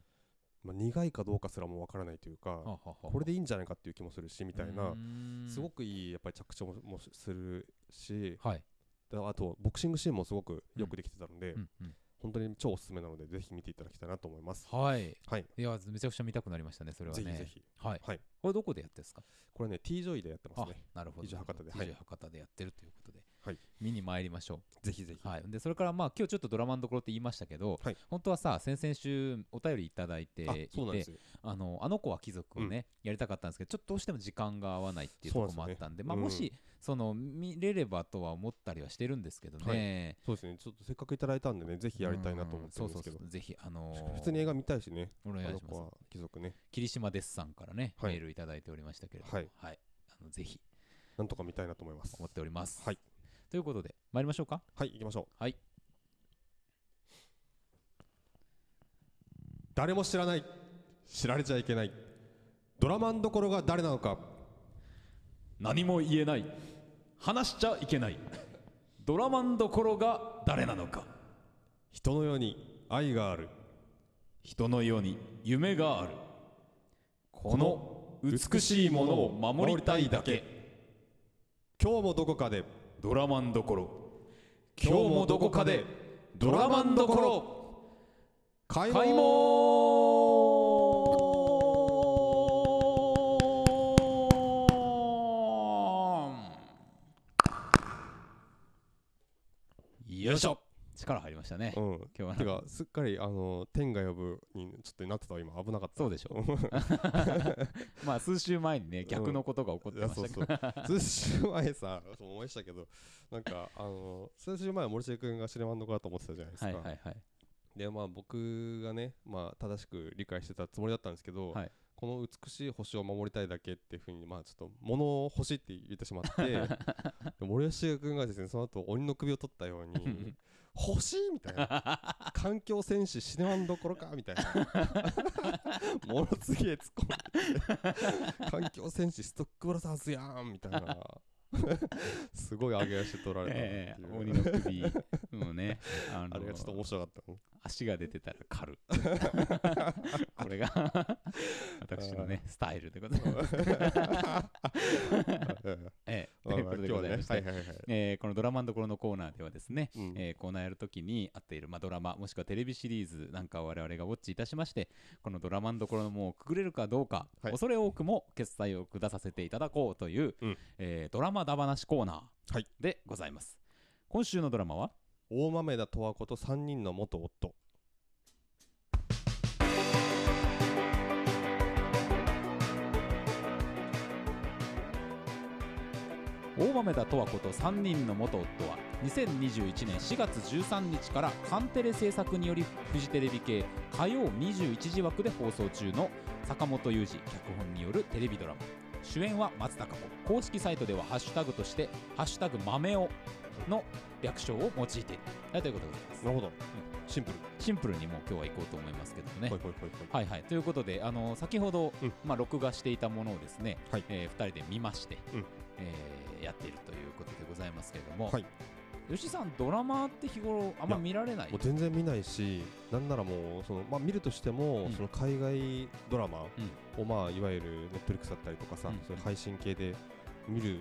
Speaker 2: まあ、苦いかどうかすらも分からないというか、こ
Speaker 1: こ
Speaker 2: れでいいんじゃないかっていう気もするしみたいな、すご
Speaker 1: く
Speaker 2: くいいやっぱり着地ももしするし
Speaker 1: はい
Speaker 2: だあとボクシングシーンもすごくよくできてたので、
Speaker 1: うんうん
Speaker 2: 本当に超おすすめなのでぜひ見ていただきたいなと思います。
Speaker 1: はい
Speaker 2: はい、
Speaker 1: いやめちゃくちゃ見たくなりましたねそれは
Speaker 2: ぜ
Speaker 1: ね
Speaker 2: ひぜひ
Speaker 1: はい
Speaker 2: はい
Speaker 1: これどこでやってるんですか
Speaker 2: これね T ジョイでやってます
Speaker 1: あ
Speaker 2: ね。
Speaker 1: なるほど
Speaker 2: 以上博多で
Speaker 1: 以上
Speaker 2: はい
Speaker 1: 博多でやってるということで
Speaker 2: はい
Speaker 1: 見に参りましょう
Speaker 2: ぜひぜひ、
Speaker 1: はい、でそれからまあ今日ちょっとドラマのところって言いましたけど、
Speaker 2: はい
Speaker 1: 本当はさ先々週お便りいただいてい
Speaker 2: あ
Speaker 1: て
Speaker 2: そうなんですよ。
Speaker 1: あのあの子は貴族をね、やりたかったんですけどちょっとどうしても時間が合わないっていうと
Speaker 2: そう
Speaker 1: こ
Speaker 2: なん
Speaker 1: ろ
Speaker 2: です
Speaker 1: もあった
Speaker 2: よね
Speaker 1: んでまあ、
Speaker 2: うん
Speaker 1: もしその見れればとは思ったりはしてるんですけどね、
Speaker 2: そうですねちょっとせっかくいただいたんでねぜひやりたいなと思ってる
Speaker 1: うん
Speaker 2: ですけ
Speaker 1: そうそ
Speaker 2: ど、
Speaker 1: うそうぜひあの
Speaker 2: 普通に映画見たいしね
Speaker 1: お
Speaker 2: あ
Speaker 1: 願いし
Speaker 2: の
Speaker 1: ま
Speaker 2: 子
Speaker 1: す
Speaker 2: は貴族ね
Speaker 1: 霧島デッサンからね、
Speaker 2: はい
Speaker 1: メールいただいておりましたけれども
Speaker 2: はい
Speaker 1: あのぜひ
Speaker 2: なんとか見たいなと思います
Speaker 1: 思っております、
Speaker 2: はい
Speaker 1: ということで参りましょうか
Speaker 2: はい行きましょう
Speaker 1: はい
Speaker 2: 誰も知らない知られちゃいけないドラマンどころが誰なのか
Speaker 1: 何も言えない話しちゃいけないドラマンどころが誰なのか
Speaker 2: 人のように愛がある
Speaker 1: 人のように夢があるこの美しいものを守りたいだけ
Speaker 2: 今日もどこかで
Speaker 1: ドラマンどころ今日もどこかでドラマンどころ
Speaker 2: 開
Speaker 1: 開門よいしょ力入りましたね、
Speaker 2: うん
Speaker 1: 今日はな
Speaker 2: てかすっかりあの天が呼ぶにちょっとなってたわ今危なかった
Speaker 1: そうでしょ *laughs* まあ数週前にね逆のことが起こって
Speaker 2: いや
Speaker 1: まし
Speaker 2: そう
Speaker 1: たけ
Speaker 2: そう数週前さそう思いましたけどなんかあの数週前は森重君がシネマンの子だと思ってたじゃないです
Speaker 1: どは
Speaker 2: か、
Speaker 1: いはいはい
Speaker 2: でまあ僕がね、まあ、正しく理解してたつもりだったんですけど、
Speaker 1: はい
Speaker 2: この美しい星を守りたいだけっていうふうにまあちょっと物を欲しいって言ってしまってで
Speaker 1: *laughs*
Speaker 2: 森重君がですねその後鬼の首を取ったように欲しいみたいな環境戦士死ねわんどころかみ
Speaker 1: *laughs*
Speaker 2: たいなものすげえ突っ込んできて環境戦士ストックブラザーズやんみたいなすごい上げ足取られたなって
Speaker 1: ええ鬼
Speaker 2: いう、
Speaker 1: の首も
Speaker 2: *laughs*
Speaker 1: ねあ
Speaker 2: あれがちょっと面白かったね
Speaker 1: 足が出てたら狩
Speaker 2: *laughs*
Speaker 1: るこれが私のねスタイルでございます、 *laughs*
Speaker 2: うん
Speaker 1: ええ、
Speaker 2: *laughs* ま
Speaker 1: と
Speaker 2: あ
Speaker 1: いうこ
Speaker 2: まあ
Speaker 1: とでございまして、
Speaker 2: 今日はねはいはいはい
Speaker 1: えーこのドラマのところのコーナーではですね、
Speaker 2: うん
Speaker 1: えーコーナーやるときに合っている、まあ、ドラマもしくはテレビシリーズなんかを我々がウォッチいたしましてこのドラマのところのもうくぐれるかどうか、
Speaker 2: はい
Speaker 1: 恐れ多くも決済を下させていただこうという、
Speaker 2: うん
Speaker 1: えードラマだ話コーナ
Speaker 2: は
Speaker 1: ー
Speaker 2: い
Speaker 1: でございます、今週のドラマは
Speaker 2: 大豆田十和子と3人の元夫
Speaker 1: 大豆田十和子と3人の元夫は2021年4月13日からカンテレ制作によりフジテレビ系火曜21時枠で放送中の坂本雄二脚本によるテレビドラマ主演は松たか子公式サイトではハッシュタグとして「ハッシュタグ豆を」の略称を用いているはいということでございます
Speaker 2: なるほど、シンプル
Speaker 1: シンプルにもう今日は行こうと思いますけどもね
Speaker 2: ほいほいほいほい
Speaker 1: はいはい、ということで、あの先ほど、
Speaker 2: うん
Speaker 1: まあ、録画していたものをですね、
Speaker 2: はい
Speaker 1: え2人で見まして、
Speaker 2: うん
Speaker 1: えーやっているということでございますけれども、
Speaker 2: はい
Speaker 1: 吉井さん、ドラマって日頃、あんま見られない
Speaker 2: もう全然見ないしなんならもうその、まあ、見るとしても、
Speaker 1: うん
Speaker 2: その海外ドラマを、まあ、いわゆるネットリックスだったりとかさ、
Speaker 1: うん
Speaker 2: そういう配信系で見る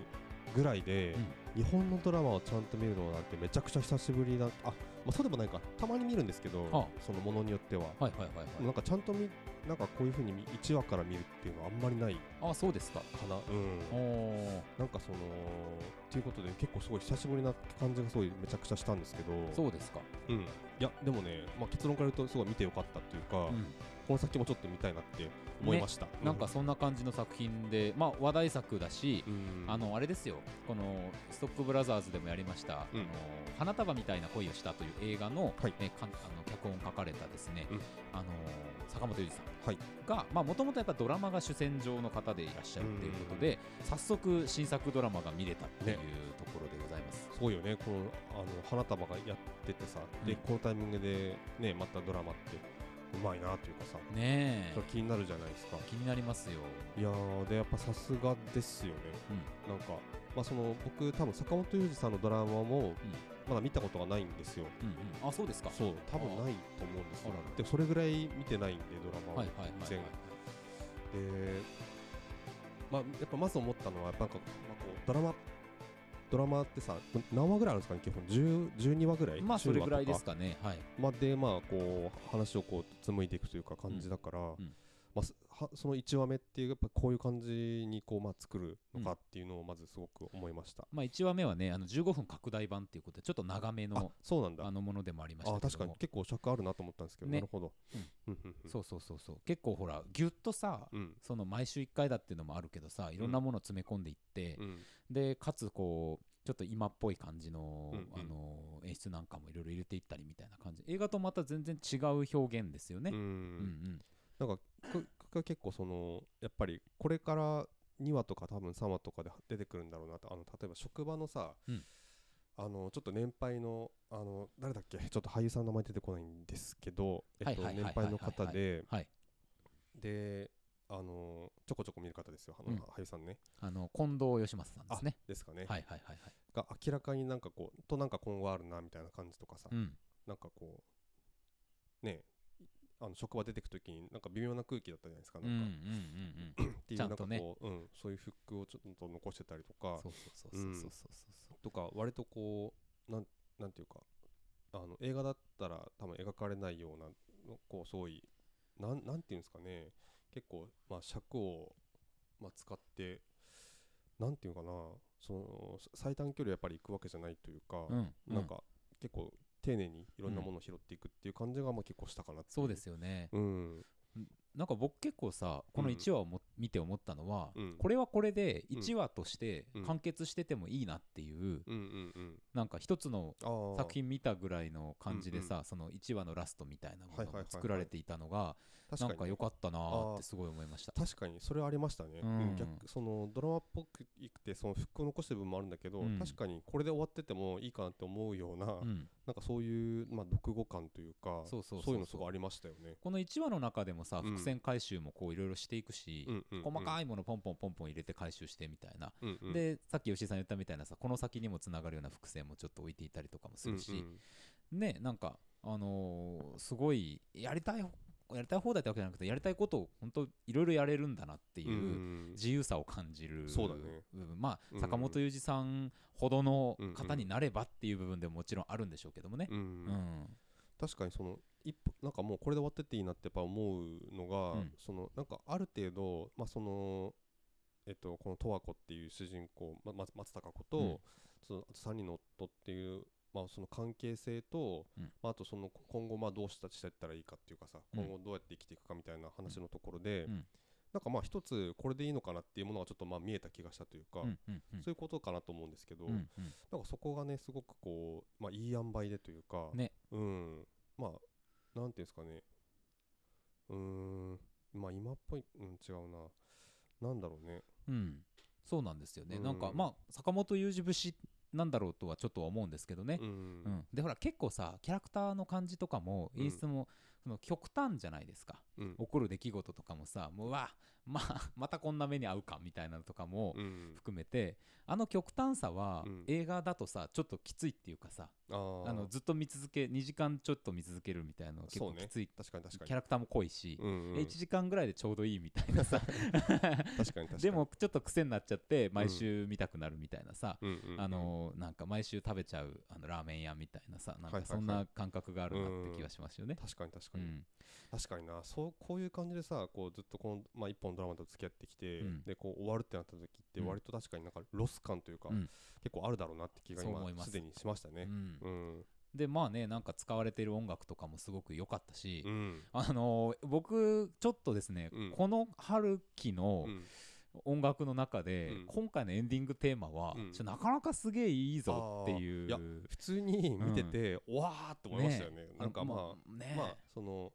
Speaker 2: ぐらいで、
Speaker 1: うん
Speaker 2: 日本のドラマをちゃんと見るのなんてめちゃくちゃ久しぶりだあ、まあ、そうでもないかたまに見るんですけど
Speaker 1: あ
Speaker 2: そのものによっては、
Speaker 1: はいはいはい
Speaker 2: でも
Speaker 1: は
Speaker 2: ないんかちゃんと見なんかこういうふうに1話から見るっていうのはあんまりない
Speaker 1: あそうですか
Speaker 2: かなうん
Speaker 1: おー
Speaker 2: なんかそのということで結構すごい久しぶりな感じがすごいめちゃくちゃしたんですけど
Speaker 1: そうですか
Speaker 2: うん、いやでもね、まあ、結論から言うとすごい見てよかったというか、
Speaker 1: うん
Speaker 2: この先もちょっと見たいなって思いました、う
Speaker 1: なんか、そんな感じの作品でまあ話題作だし
Speaker 2: うん、
Speaker 1: あのあれですよこのストックブラザーズでもやりました、
Speaker 2: うん
Speaker 1: あの花束みたいな恋をしたという映画の、
Speaker 2: はい
Speaker 1: えかんあの脚本を書かれたですね、
Speaker 2: うん
Speaker 1: あの坂本龍一さん
Speaker 2: はい
Speaker 1: がまあもともとやっぱドラマが主戦場の方でいらっしゃるということで、早速新作ドラマが見れたっていう
Speaker 2: ね
Speaker 1: ところでございます、
Speaker 2: すごいよねこのあの花束がやっててさ、
Speaker 1: うん
Speaker 2: でこのタイミングでねまたドラマってうまいなというかさ、
Speaker 1: ね
Speaker 2: そ
Speaker 1: え
Speaker 2: れ気になるじゃないですか
Speaker 1: 気になりますよ
Speaker 2: いやーでやっぱさすがですよね、なんか、まあ、その僕多分坂本龍二さんのドラマもまだ見たことがないんですよ、
Speaker 1: うんうんあそうですか
Speaker 2: そう多分ないと思うんです
Speaker 1: あ
Speaker 2: よ
Speaker 1: ら
Speaker 2: でもそれぐらい見てないんでドラマを、
Speaker 1: はいはいはいはい
Speaker 2: 前で、まあ、やっぱまず思ったのは、やっぱなんか、まあ、こうドラマ、ドラマってさ、何話ぐらいあるんですかね、基本、10 12話ぐらい
Speaker 1: まあそれぐらいで。
Speaker 2: 10話
Speaker 1: す
Speaker 2: と
Speaker 1: かねはい
Speaker 2: まあ、で、まあ、こう、話をこう紡いでいくというか、感じだから、
Speaker 1: ん
Speaker 2: まあ、すはその1話目っていう、やっぱこういう感じにこう、まあ、作るのかっていうのを、まずすごく思いました。
Speaker 1: まあ1話目はねあの15分拡大版っていうことでちょっと長め
Speaker 2: あ
Speaker 1: の
Speaker 2: そうなんだ。
Speaker 1: あのものでもありました
Speaker 2: あ
Speaker 1: けども
Speaker 2: 確かに結構尺あるなと思ったんですけど、
Speaker 1: ね
Speaker 2: なるほど。うんうんうん
Speaker 1: そうそうそうそう結構ほらギュッとさ
Speaker 2: うん
Speaker 1: その毎週1回だっていうのもあるけどさいろんなもの詰め込んでいって、
Speaker 2: うん
Speaker 1: でかつこうちょっと今っぽい感じの,、
Speaker 2: うんうん
Speaker 1: あの演出なんかもいろいろ入れていったりみたいな感じ映画とまた全然違う表現ですよね
Speaker 2: う、
Speaker 1: うん
Speaker 2: ん
Speaker 1: うん
Speaker 2: なんかこ僕は結構そのやっぱりこれから2話とか多分3話とかで出てくるんだろうなとあの例えば職場のさ、
Speaker 1: うん
Speaker 2: あのちょっと年配のあの誰だっけちょっと俳優さんの名前出てこないんですけど、えっと、
Speaker 1: はいはいはい
Speaker 2: 年
Speaker 1: はい
Speaker 2: 配の方で
Speaker 1: はい
Speaker 2: であのちょこちょこ見る方ですよあの、
Speaker 1: うん
Speaker 2: 俳優さんね
Speaker 1: あの近藤義正さんですね
Speaker 2: ですかね、
Speaker 1: はいはいはいはい、
Speaker 2: が明らかになんかこうとなんか今後あるなみたいな感じとかさ、
Speaker 1: うん、
Speaker 2: なんかこうねあの職場出てく時になんか微妙な空気だったじゃないですか
Speaker 1: う
Speaker 2: なん
Speaker 1: んうん
Speaker 2: か、
Speaker 1: うんうん
Speaker 2: っていう
Speaker 1: ちゃ
Speaker 2: なんん
Speaker 1: と
Speaker 2: か
Speaker 1: ね
Speaker 2: こう、うん、そういうフックをちょっと残してたりとか
Speaker 1: そうそうそうそうそうそうそう
Speaker 2: とか割とこうなんなんていうかあの映画だったら多分描かれないようなのこうすごいなんなんていうんですかね結構まあ尺を、まあ、使ってなんていうかなそのさ最短距離やっぱり行くわけじゃないというか、
Speaker 1: うんう
Speaker 2: なんか結構丁寧にいろんなものを拾っていくっていう感じがまあ結構したかなってい
Speaker 1: そうですよね、
Speaker 2: うん
Speaker 1: なんか僕結構さこの
Speaker 2: うん
Speaker 1: 1話をも、見て思ったのは、
Speaker 2: うん
Speaker 1: これはこれで
Speaker 2: うん
Speaker 1: 1話として
Speaker 2: うん
Speaker 1: 完結しててもいいなっていう、
Speaker 2: うんうんうん
Speaker 1: なんか一つの
Speaker 2: あー
Speaker 1: 作品見たぐらいの感じでさ、
Speaker 2: う
Speaker 1: その1話のラストみたいなも
Speaker 2: はい
Speaker 1: の
Speaker 2: はいはい
Speaker 1: が
Speaker 2: はい
Speaker 1: 作られていたのが
Speaker 2: 確
Speaker 1: な
Speaker 2: に
Speaker 1: んか良かったなーっ
Speaker 2: あー
Speaker 1: てすごい思いました。
Speaker 2: 確かにそれはありましたね、
Speaker 1: うん
Speaker 2: うん逆そのドラマっぽくてその復興を残してる部分もあるんだけど、
Speaker 1: うん
Speaker 2: 確かにこれで終わっててもいいかなって思うような、
Speaker 1: うん、
Speaker 2: なんかそういう、まあ、読語感というか
Speaker 1: そうそうそうそう
Speaker 2: いうのすごいありましたよね。
Speaker 1: この1話の中でもさ
Speaker 2: うん
Speaker 1: 伏線回収もこういろいろしていくし、細か
Speaker 2: い、
Speaker 1: いものポンポンポンポン入れて回収してみたいな、
Speaker 2: うんうん、
Speaker 1: でさっき吉井さん言ったみたいなさこの先にもつながるような伏線もちょっと置いていたりとかもするし、
Speaker 2: うんうん
Speaker 1: ねなんかあのーすごいやりたいやりたい放題ってわけじゃなくてやりたいことを本当いろいろやれるんだなっていうう、
Speaker 2: ん
Speaker 1: 自由さを感じる
Speaker 2: そうだね
Speaker 1: 部分ま
Speaker 2: う
Speaker 1: あ
Speaker 2: ん
Speaker 1: 坂本龍二さんほどの
Speaker 2: うんうん
Speaker 1: 方になればっていう部分でももちろんあるんでしょうけどもね。
Speaker 2: う
Speaker 1: うんん
Speaker 2: 確かにその一歩なんかもうこれで終わってっていいなってやっぱ思うのが、
Speaker 1: うん
Speaker 2: そのなんかある程度、まあ、そのえっとこの十和子っていう主人公、ま、ま松たか子と、
Speaker 1: うん
Speaker 2: そのあと3人の夫っていう、まあ、その関係性と、
Speaker 1: うん
Speaker 2: まあ、あとそのこ今後まあどうしたしていったらいいかっていうかさ、
Speaker 1: うん
Speaker 2: 今後どうやって生きていくかみたいな話のところで、
Speaker 1: うん
Speaker 2: なんかまあ一つこれでいいのかなっていうものがちょっとまあ見えた気がしたというか、
Speaker 1: うんうんうん
Speaker 2: そういうことかなと思うんですけど、
Speaker 1: うんうん
Speaker 2: なんかそこがねすごくこう、まあ、いい塩梅でというか、
Speaker 1: ね
Speaker 2: うんまあなんていうんですかねうーんまあ今っぽい、うん、違うななんだろうね
Speaker 1: うんそうなんですよね、
Speaker 2: うん
Speaker 1: なんかまあ坂本龍二節なんだろうとはちょっとは思うんですけどね
Speaker 2: う。
Speaker 1: うん
Speaker 2: ん
Speaker 1: でほら結構さキャラクターの感じとかも
Speaker 2: うん
Speaker 1: 演出もその極端じゃないですか
Speaker 2: うん
Speaker 1: 起こる出来事とかもさもううわま *laughs* あまたこんな目に遭うかみたいなのとかも
Speaker 2: うん
Speaker 1: 含めて、あの極端さは、
Speaker 2: うん
Speaker 1: 映画だとさちょっときついっていうかさ
Speaker 2: あー
Speaker 1: あのずっと見続け2時間ちょっと見続けるみたいなの結
Speaker 2: そう
Speaker 1: 構
Speaker 2: ね
Speaker 1: きつい、
Speaker 2: 確かに確かに
Speaker 1: キャラクターも濃いし、
Speaker 2: うんうん
Speaker 1: 1時間ぐらいでちょうどいいみたいな
Speaker 2: *laughs*
Speaker 1: さ
Speaker 2: 確かに確かに
Speaker 1: でもちょっと癖になっちゃって毎週見たくなるみたいなさ、
Speaker 2: うんうんうん
Speaker 1: あのなんか毎週食べちゃうあのラーメン屋みたいなさなん
Speaker 2: はいはい
Speaker 1: か
Speaker 2: は
Speaker 1: そ
Speaker 2: い
Speaker 1: んな感覚があるなって気がしますよね。
Speaker 2: 確かに確か
Speaker 1: う
Speaker 2: に、
Speaker 1: ん
Speaker 2: 確かになそうこういう感じでさこうずっとこの、まあ、一本のドラマと付き合ってきて、
Speaker 1: うん
Speaker 2: でこう終わるってなった時って
Speaker 1: うん
Speaker 2: 割と確かになんかロス感というか、
Speaker 1: うん
Speaker 2: 結構あるだろうなって気が
Speaker 1: そう思い
Speaker 2: 今
Speaker 1: ます
Speaker 2: すでにしましたね
Speaker 1: うん
Speaker 2: うん
Speaker 1: でまあねなんか使われている音楽とかもすごく良かったし、
Speaker 2: うん
Speaker 1: あのー僕ちょっとですね、
Speaker 2: うん
Speaker 1: この春期の
Speaker 2: うん
Speaker 1: 音楽の中で、
Speaker 2: うん
Speaker 1: 今回のエンディングテーマは、
Speaker 2: うん
Speaker 1: ちょなかなかすげえいいぞっていう。
Speaker 2: あーい普通に見てて、うわーって思いましたよね
Speaker 1: あの
Speaker 2: なんかま
Speaker 1: う
Speaker 2: あ
Speaker 1: ね
Speaker 2: まあその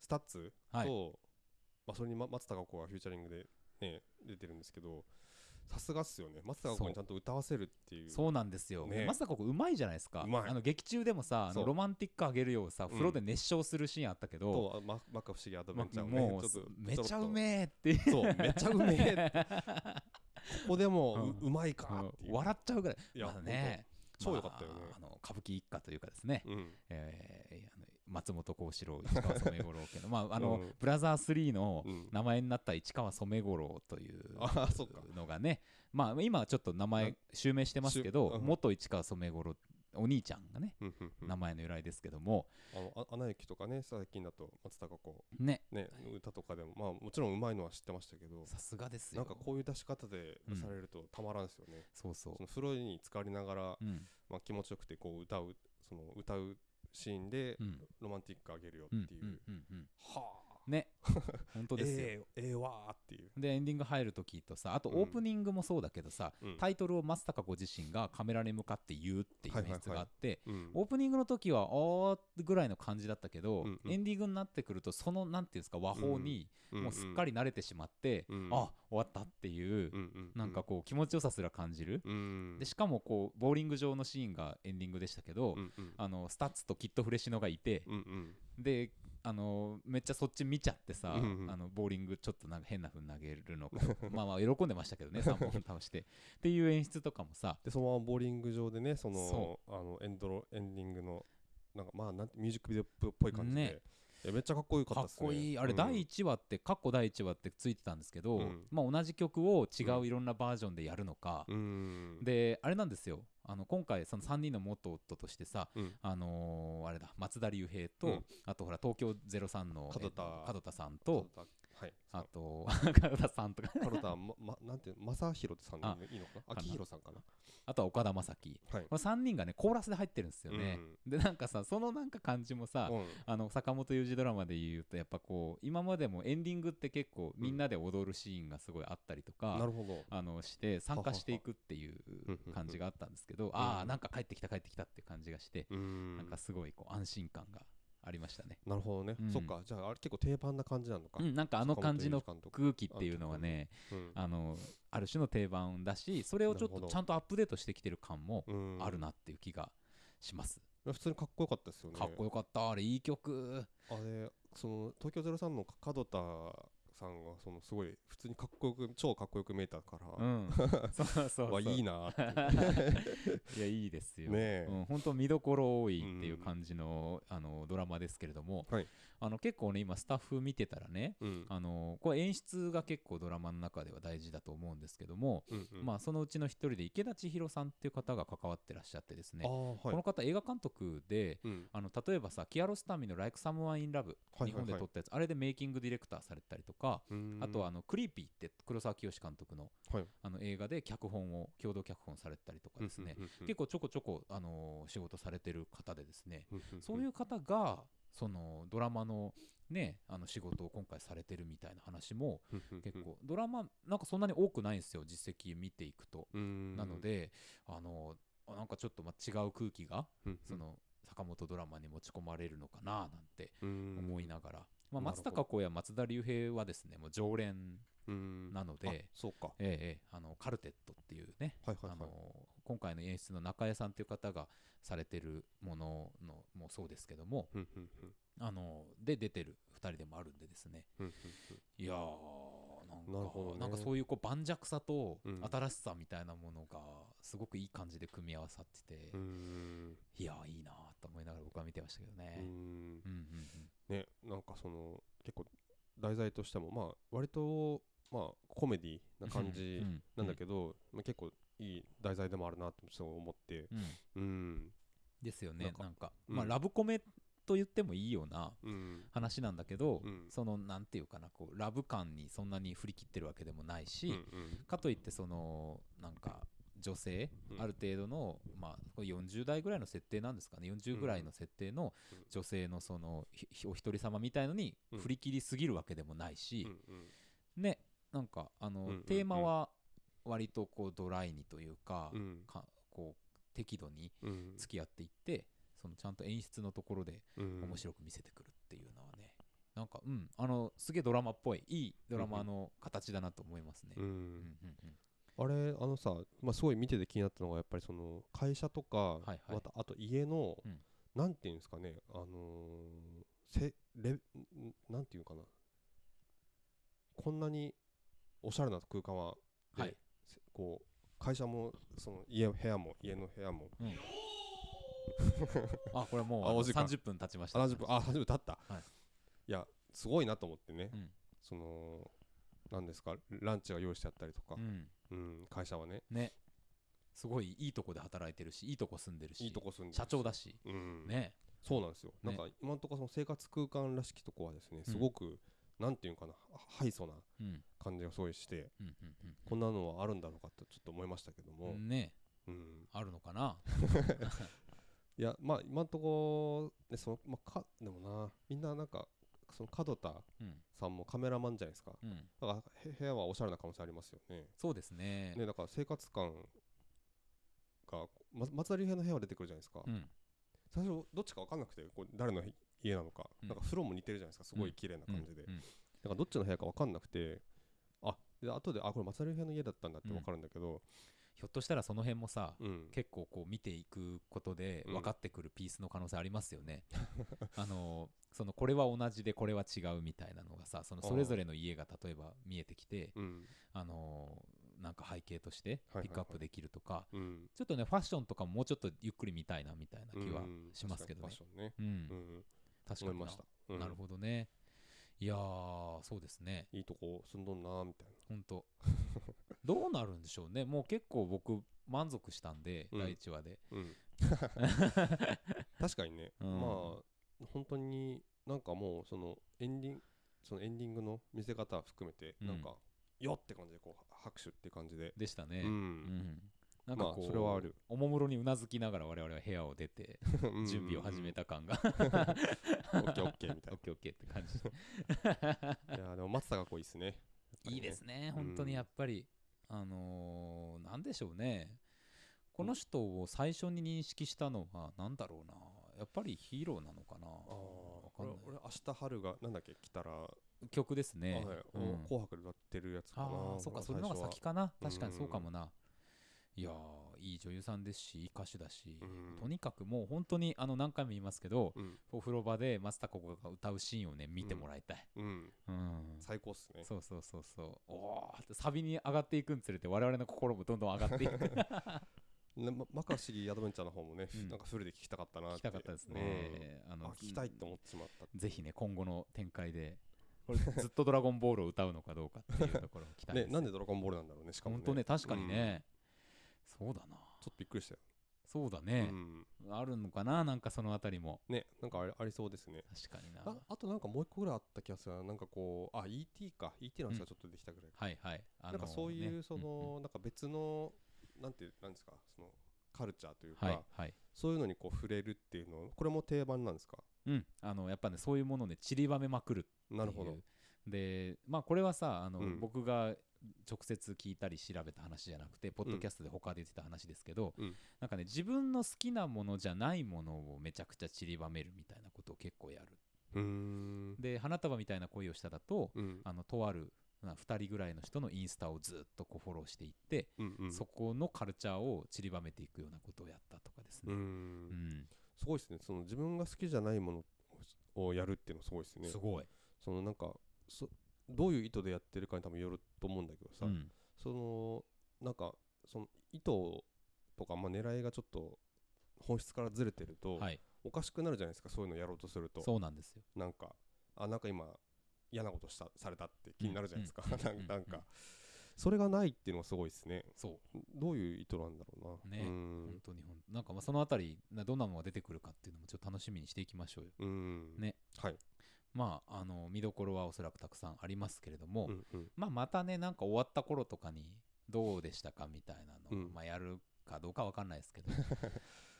Speaker 2: スタッツと、
Speaker 1: はい
Speaker 2: まあ、それにま松たか子がフューチャリングでね出てるんですけどさすがっすよね松たか子にちゃんと歌わせるっていう
Speaker 1: そうなんですよ、
Speaker 2: ね
Speaker 1: まさかここうまいじゃないですか
Speaker 2: うまい
Speaker 1: あの劇中でもさあ
Speaker 2: そ
Speaker 1: の
Speaker 2: う
Speaker 1: ロマンティックあげるようさ
Speaker 2: ん
Speaker 1: 風呂で熱唱するシーンあったけど、
Speaker 2: とあまマッカ不思議アドベ
Speaker 1: ま
Speaker 2: ンチャーをね
Speaker 1: もう
Speaker 2: ちょっと
Speaker 1: めちゃ
Speaker 2: *laughs* ちょろ
Speaker 1: う
Speaker 2: っと
Speaker 1: めえっていう
Speaker 2: そう、めちゃうめ
Speaker 1: *laughs*
Speaker 2: え。ここでも
Speaker 1: うん
Speaker 2: ううまいか
Speaker 1: うん
Speaker 2: っていう。
Speaker 1: 笑っちゃうぐらい
Speaker 2: いや
Speaker 1: まだね
Speaker 2: 本当超良かったよね
Speaker 1: まあ、あの歌舞伎一家というかですね、
Speaker 2: うん。
Speaker 1: えーあの松本幸四郎市川染五郎家のまああの、
Speaker 2: うん
Speaker 1: ブラザー3の
Speaker 2: うん
Speaker 1: 名前になった市川染五郎という
Speaker 2: *laughs* ああ、そっか。
Speaker 1: のがねまあ今はちょっと名
Speaker 2: う
Speaker 1: 前
Speaker 2: ん
Speaker 1: 襲名してますけ
Speaker 2: しゅ
Speaker 1: ど
Speaker 2: うん
Speaker 1: 元市川染五郎お兄ちゃんがね
Speaker 2: うんうんうん
Speaker 1: 名前の由来ですけども
Speaker 2: あの、あアナ雪とかね、最近だと松たか子、
Speaker 1: ね
Speaker 2: ね、歌とかでも、まあもちろんうまいのは知ってましたけど、
Speaker 1: さすがです
Speaker 2: な
Speaker 1: よ
Speaker 2: んかこういう出し方で
Speaker 1: うん
Speaker 2: されるとたまらんですよね。
Speaker 1: そうそ
Speaker 2: その風呂に浸かりながら
Speaker 1: う、うん
Speaker 2: まあ気持ちよくてこう歌う、その歌うシーンで
Speaker 1: うん
Speaker 2: ロマンティックあげるよ
Speaker 1: う
Speaker 2: っ
Speaker 1: ん。
Speaker 2: ていううん
Speaker 1: うんうん
Speaker 2: はあ。 *laughs*
Speaker 1: ね本当ですよ、
Speaker 2: ええ、ええわーっていう。
Speaker 1: でエンディング入る時とさあと
Speaker 2: うん
Speaker 1: オープニングもそうだけどさ、
Speaker 2: うん
Speaker 1: タイトルを松たか子自身がカメラに向かって言うっていう
Speaker 2: はいはい
Speaker 1: 演
Speaker 2: はい
Speaker 1: 出があって、
Speaker 2: うん
Speaker 1: オープニングの時はおーぐらいの感じだったけど、
Speaker 2: うんうん
Speaker 1: エンディングになってくるとそのなんていうんですか和法にもうすっか
Speaker 2: り、
Speaker 1: り慣れてしまって、
Speaker 2: うん
Speaker 1: あ終わったっていう、
Speaker 2: うんうん
Speaker 1: なんか、こう気持ちよさすら感じる、
Speaker 2: うん
Speaker 1: でしかもこうボーリング場のシーンがエンディングでしたけど、
Speaker 2: うんうん
Speaker 1: あのスタッツとキットフレシノがいて、
Speaker 2: うんうん
Speaker 1: であのめっちゃそっち見ちゃってさ、
Speaker 2: うんうん
Speaker 1: あのボーリングちょっとなんか変な風に投げるのか *laughs* まあまあ喜んでましたけ
Speaker 2: *laughs*
Speaker 1: どね3本倒してっていう演出とかもさ
Speaker 2: でそのままボーリング場でねその
Speaker 1: そ
Speaker 2: あのエンドロエンディングのなんかまあなんてミュージックビデオっぽい感じで、
Speaker 1: ね
Speaker 2: いやめっちゃかっこよかった
Speaker 1: かっ
Speaker 2: ですね
Speaker 1: こいいあれ
Speaker 2: うん
Speaker 1: 第1話ってかっこ第1話ってついてたんですけど、
Speaker 2: うん
Speaker 1: まあ同じ曲を違
Speaker 2: う
Speaker 1: ういろんなバージョンでやるのか、
Speaker 2: うん
Speaker 1: であれなんですよあの今回その3人の元夫としてさ
Speaker 2: うん
Speaker 1: あのーあれだ松田龍平と、
Speaker 2: うん
Speaker 1: あとほら東京03の
Speaker 2: 門田
Speaker 1: えっと門田さんと
Speaker 2: 角田はい
Speaker 1: あと *laughs* 門田さんとか
Speaker 2: 角田ま、ま、なんて正弘さんでいいのかな
Speaker 1: かな
Speaker 2: 秋弘さんかな
Speaker 1: あとは岡田将生
Speaker 2: はい
Speaker 1: この3人がねコーラスで入ってるんですよね、でなんかさそのなんか感じもさ、
Speaker 2: うん
Speaker 1: あの坂本雄二ドラマで言うとやっぱこう今までもエンディングって結構みんなで踊るシーンがすごいあったりとか、
Speaker 2: なるほど
Speaker 1: あのして参加していくっていう
Speaker 2: ははは
Speaker 1: 感じがあったんですけど、
Speaker 2: んうん
Speaker 1: ああなんか帰ってきた帰ってきたって感じがして、
Speaker 2: うん
Speaker 1: なんかすごいこう安心感がありましたね。
Speaker 2: なるほどね、
Speaker 1: うん
Speaker 2: そっかじゃああれ結構定番な感じなのか、
Speaker 1: うん、なんかあの感じの
Speaker 2: 坂本龍一監督
Speaker 1: 空気っていうのはね
Speaker 2: うん
Speaker 1: あのある種の定番だしそれをちょっ
Speaker 2: なるほ
Speaker 1: と
Speaker 2: ど
Speaker 1: ちゃんとアップデートしてきてる感も
Speaker 2: うん
Speaker 1: あるなっていう気がします。
Speaker 2: いや普通にかっこよかったですよね
Speaker 1: かっこよかったあれいい曲
Speaker 2: あれその東京03の角田さんがそのすごい普通にかっこよく超かっこよく見えたか
Speaker 1: う
Speaker 2: ら、 *laughs*
Speaker 1: んそうそうそう
Speaker 2: はいい
Speaker 1: い
Speaker 2: なーって
Speaker 1: やいいですよ、
Speaker 2: ねえ、
Speaker 1: うん、本当見どころ多いっていう感じの,、あのドラマですけれども、
Speaker 2: はい
Speaker 1: あの結構ね今スタッフ見てたらね
Speaker 2: うん
Speaker 1: あのこれ演出が結構ドラマの中では大事だと思うんですけども、
Speaker 2: うんうん
Speaker 1: まあ、そのうちの一人で池田千尋さんっていう方が関わってらっしゃってですね、
Speaker 2: あー
Speaker 1: こ
Speaker 2: はい
Speaker 1: の方映画監督で
Speaker 2: うん
Speaker 1: あの例えばさキアロスタミの「Like Someone in Love」
Speaker 2: いはいはい
Speaker 1: 日本で撮ったやつあれでメイキングディレクターされたりとか、
Speaker 2: うーん
Speaker 1: あとはあのクリーピーって黒沢清監督の,、
Speaker 2: はい
Speaker 1: あの映画で脚本を共同脚本されたりとかですね、
Speaker 2: うんうんうん
Speaker 1: 結構ちょこちょこ、あのー仕事されてる方でですね、
Speaker 2: うんうん
Speaker 1: そういう方がそのドラマの,、ね、あの仕事を今回されてるみたいな話も
Speaker 2: うんうんうん
Speaker 1: 結構、ドラマなんかそんなに多くないんですよ実績見ていくと。
Speaker 2: うーん
Speaker 1: なので、あのーなんかちょっとま違う空気が
Speaker 2: うんうん
Speaker 1: その坂本ドラマに持ち込まれるのかななんて
Speaker 2: うーん
Speaker 1: 思いながら、まあ、
Speaker 2: なるほ
Speaker 1: 松
Speaker 2: ど
Speaker 1: たか子や松田龍平はですねもう常連
Speaker 2: うーん
Speaker 1: なので
Speaker 2: あそうか
Speaker 1: ええええあのカルテットっていうね、
Speaker 2: はいはいはい
Speaker 1: あの今回の演出の中江さんという方がされてるもののもそうですけども
Speaker 2: ふんふんふん
Speaker 1: あので出てる2人でもあるんでですね
Speaker 2: ふんふん
Speaker 1: いやーなんか
Speaker 2: なるほどね
Speaker 1: なんかそういうこう盤石さと
Speaker 2: うん
Speaker 1: 新しさみたいなものがすごくいい感じで組み合わさってて、
Speaker 2: ふんうーん
Speaker 1: いやーいいなーと思いながら僕は見てましたけど
Speaker 2: う
Speaker 1: ね
Speaker 2: ー。ん
Speaker 1: うんうん
Speaker 2: ねなんかその結構題材としてもまあ割とまあコメディ
Speaker 1: う
Speaker 2: な感じ
Speaker 1: う
Speaker 2: なんだけど、まあ、結構いい題材でもあるなとそう思って
Speaker 1: うんうん
Speaker 2: うん
Speaker 1: ですよねな
Speaker 2: なんん
Speaker 1: か
Speaker 2: か
Speaker 1: まあ、
Speaker 2: うん
Speaker 1: ラブコメと言ってもいいような
Speaker 2: うん
Speaker 1: 話なんだけど、
Speaker 2: うん
Speaker 1: そのなんていうかなこうラブ感にそんなに振り切ってるわけでもないし、
Speaker 2: うんうん
Speaker 1: かといってそのなんか女性、
Speaker 2: うん
Speaker 1: ある程度の、まあ、これ40代ぐらいの設定なんですかね40ぐらいの設定の
Speaker 2: うん
Speaker 1: 女性のそのひひお一人様みたいのに
Speaker 2: うん
Speaker 1: 振り切りすぎるわけでもないし
Speaker 2: う、んうん
Speaker 1: ねなんかあの、
Speaker 2: うんうんうん
Speaker 1: テーマは割とこうドライにというか,、
Speaker 2: うん
Speaker 1: かこう適度に
Speaker 2: うん
Speaker 1: 付き合っていってそのちゃんと演出のところで
Speaker 2: うん
Speaker 1: 面白く見せてくるっていうのはね、なんかうんあのすげえドラマっぽいいいドラマの形だなと思いますね。
Speaker 2: う
Speaker 1: うん
Speaker 2: ん
Speaker 1: うんうん
Speaker 2: あれあのさ、まあ、すごい見てて気になったのがやっぱりその会社とか、
Speaker 1: いはい
Speaker 2: またあと家の、
Speaker 1: うん
Speaker 2: なんていうんですかねあのーせレんなんていうかなこんなにおしゃれな空間はで
Speaker 1: はい
Speaker 2: せこう会社もその家部屋も家の部屋も
Speaker 1: うんあこれもう
Speaker 2: あ
Speaker 1: あの
Speaker 2: お時間
Speaker 1: 30分経ちました、
Speaker 2: 70分あ30分経った、
Speaker 1: はい
Speaker 2: いやすごいなと思ってね、
Speaker 1: うん
Speaker 2: そのなんですかランチが用意してあったりとか
Speaker 1: う、ん、
Speaker 2: うん会社はね
Speaker 1: ねすごいいいとこで働いてるしいいとこ住んでるし
Speaker 2: いいとこ住んでるし
Speaker 1: 社長だし、
Speaker 2: うん、
Speaker 1: ね
Speaker 2: そうなんですよ、
Speaker 1: ね
Speaker 2: なんか今のところその生活空間らしきとこはです
Speaker 1: う
Speaker 2: ね
Speaker 1: ん
Speaker 2: すごく、なんていうのかなハイソな
Speaker 1: うん
Speaker 2: 感じがすごいして、
Speaker 1: うんうんうん
Speaker 2: こんなのはあるんだろうかとちょっと思いましたけども、
Speaker 1: ね
Speaker 2: うん
Speaker 1: あるのかな
Speaker 2: いやまあ今のところでその、まあ、かでもなみんななんかその門田
Speaker 1: うん
Speaker 2: さんもカメラマンじゃないですか
Speaker 1: うん
Speaker 2: だからへ部屋はおしゃれな可能性ありますよね
Speaker 1: そうですね
Speaker 2: ねだから生活感が、ま、松田龍平の部屋は出てくるじゃないですか、
Speaker 1: うん
Speaker 2: 最初どっちか分かんなくてこれ誰の家なのか、
Speaker 1: うん
Speaker 2: なんか風呂も似てるじゃないですかすごい綺麗な感じで、
Speaker 1: うんうん
Speaker 2: なんかどっちの部屋か分かんなくて、あで後で、あこれ、松田龍平の家だったんだって分かるんだけど、
Speaker 1: ひょっとしたらその辺もさ、
Speaker 2: うん、
Speaker 1: 結構こう見ていくことで
Speaker 2: うん
Speaker 1: 分かってくるピースの可能性ありますよね。 *laughs* あのそのこれは同じでこれは違うみたいなのがさその
Speaker 2: あー
Speaker 1: それぞれの家が例えば見えてきて
Speaker 2: うん、
Speaker 1: あのなんか背景として
Speaker 2: はいはいはい
Speaker 1: ピックアップできるとか、
Speaker 2: うん、
Speaker 1: ちょっとねファッションとかももうちょっとゆっくり見たいなみたいな気は
Speaker 2: うん
Speaker 1: しますけどね
Speaker 2: 確。かにファッシ
Speaker 1: う、
Speaker 2: ョンね、うんん、
Speaker 1: 確か
Speaker 2: 思い
Speaker 1: にな
Speaker 2: ました、うん
Speaker 1: なるほどね。いやーそうですね。
Speaker 2: いいとこ住んどんなみたいな、
Speaker 1: 本当どうなるんでしょうねもう結構僕満足したんで、
Speaker 2: うん
Speaker 1: 第1話で
Speaker 2: うん、
Speaker 1: *laughs*
Speaker 2: 確かにね、
Speaker 1: うん
Speaker 2: まあ、本当になんかもう、そのエンディング、そのエンディングの見せ方含めて、
Speaker 1: うん
Speaker 2: なんか、よって感じで、こう拍手って感じで、
Speaker 1: でしたね、
Speaker 2: う、
Speaker 1: うんんなんかこう、
Speaker 2: まあそれはある
Speaker 1: おもむろにうなずきながら我々は部屋を出て準備を始めた感が
Speaker 2: うん、うんオッケーオッケーみた
Speaker 1: オッ
Speaker 2: い
Speaker 1: ケーオッケーって感じ
Speaker 2: *laughs* な、いやー、でも松坂子いいっすね、やっぱりね
Speaker 1: いいですね本当にやっぱり、あのー、なんでしょうねこの人を最初に認識したのはなんだろうなやっぱりヒーローなのかな
Speaker 2: ああ
Speaker 1: わ、かん
Speaker 2: 俺
Speaker 1: ない
Speaker 2: 俺明日春がなんだっけ来たら、
Speaker 1: 曲ですね、
Speaker 2: はい
Speaker 1: うん
Speaker 2: 紅白で歌ってるやつかな。
Speaker 1: ああ、そうか、それの方が先
Speaker 2: か。
Speaker 1: かな。
Speaker 2: うん
Speaker 1: 確かにそうかもな。いやー、いい女優さんですし、いい歌手だし、
Speaker 2: うん
Speaker 1: とにかくもう本当にあの何回も言いますけど、
Speaker 2: うん、
Speaker 1: お風呂場で松たか子が歌うシーンをね、見てもらいたい。
Speaker 2: うん、
Speaker 1: うん。
Speaker 2: 最高っすね。
Speaker 1: そうそうそうそう。おーってサビに上がっていくにつれて、我々の心もどんどん上がっていく。
Speaker 2: ねま、マカ不思議アドベンチャーの方もね、
Speaker 1: うん
Speaker 2: なんかフルで聞きたかったな
Speaker 1: 聞
Speaker 2: っ
Speaker 1: き
Speaker 2: て。
Speaker 1: たかったですね。あ
Speaker 2: うん。あ、
Speaker 1: の
Speaker 2: 聞きたいって思ってしまった。
Speaker 1: ぜひね、今後の展開で、これずっとドラゴンボールを歌うのかどうかっていうところを期待で
Speaker 2: ね、
Speaker 1: す。
Speaker 2: なんでドラゴンボールなんだろうね、しかも、
Speaker 1: 本
Speaker 2: ね。
Speaker 1: 当ね、確かにね。そうだな。
Speaker 2: うん。ちょっとびっくりしたよ。
Speaker 1: そうだ
Speaker 2: う
Speaker 1: ね。
Speaker 2: ん。
Speaker 1: あるのかななんかそのあたりも。
Speaker 2: ね、なんかありありそうですね。
Speaker 1: 確かにな。
Speaker 2: ああとなんかもう一個ぐらいあった気がするな。なんかこう、あ、ET か。ET の話がちょっとできたぐらいか。
Speaker 1: はいはい。あ
Speaker 2: なんかそういう、
Speaker 1: ね
Speaker 2: その、なんか別の、なんていう、なんですか、その、カルチャーという
Speaker 1: うんう
Speaker 2: か、
Speaker 1: んはいはい。
Speaker 2: そういうのにこう触れるっていうのこれも定番なんですか
Speaker 1: うん。あの、やっぱね、そういうものをね、散りばめまくるっていう。
Speaker 2: なるほど。。
Speaker 1: で、まあこれはさ、あの、
Speaker 2: うん
Speaker 1: 僕が直接聞いたり調べた話じゃなくて、ポッドキャストで他で言ってた話ですけど、
Speaker 2: うん
Speaker 1: なんかね、自分の好きなものじゃないものをめちゃくちゃ散りばめるみたいなことを結構やる。
Speaker 2: うーん。
Speaker 1: で、花束みたいな恋をしただと、
Speaker 2: うん。
Speaker 1: あの、とあるな2人ぐらいの人のインスタをずっとこうフォローしていって、
Speaker 2: うんうん
Speaker 1: そこのカルチャーを散りばめていくようなことをやったとかです
Speaker 2: う
Speaker 1: ね。うんん
Speaker 2: すごいですねその自分が好きじゃないものをやるっていうのすごいですね
Speaker 1: すごい。
Speaker 2: そのなんかそどういう意図でやってるかに多分よると思うんだけどさ、
Speaker 1: うん
Speaker 2: そのなんかその意図とか、まあ、狙いがちょっと本質からずれてると、
Speaker 1: はい、
Speaker 2: おかしくなるじゃないですかそういうのやろうとすると
Speaker 1: そうなんですよ。
Speaker 2: なんかあなんか今嫌なことしたされたって気になるじゃないですか、 *laughs* なん
Speaker 1: うんうん
Speaker 2: なんかそれがないっていうのはすごいですね
Speaker 1: そう
Speaker 2: どういう意図なんだろうな
Speaker 1: ね
Speaker 2: う
Speaker 1: 本
Speaker 2: ん
Speaker 1: 当に本当なんかまあそのあたりなどんなものが出てくるかっていうのもちょっと楽しみにしていきましょうよ。
Speaker 2: うん
Speaker 1: ね
Speaker 2: はい、
Speaker 1: まああの見どころはおそらくたくさんありますけれども、
Speaker 2: うんうん
Speaker 1: まあまたねなんか終わった頃とかにどうでしたかみたいなのを、
Speaker 2: うん
Speaker 1: まあやるかどうかわかんないですけ
Speaker 2: *laughs*
Speaker 1: ど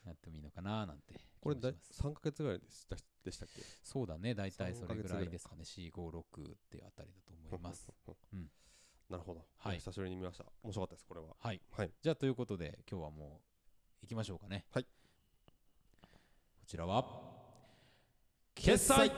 Speaker 1: やってもいいのかななんて気
Speaker 2: これ
Speaker 1: もし
Speaker 2: だ
Speaker 1: ます
Speaker 2: 3ヶ月ぐらいでしたでしたっけ
Speaker 1: そうだね大体
Speaker 2: 3
Speaker 1: それぐ
Speaker 2: ヶ月ぐ
Speaker 1: ら
Speaker 2: ら
Speaker 1: い
Speaker 2: い
Speaker 1: ですかね456っていうあたりだと思いますうん
Speaker 2: なるほど、
Speaker 1: はい
Speaker 2: 久しぶりに見ました面白かったですこれは
Speaker 1: はい
Speaker 2: はい
Speaker 1: じゃあということで今日はもう行きましょうかね
Speaker 2: はい
Speaker 1: こちらは決
Speaker 2: *laughs*
Speaker 1: 済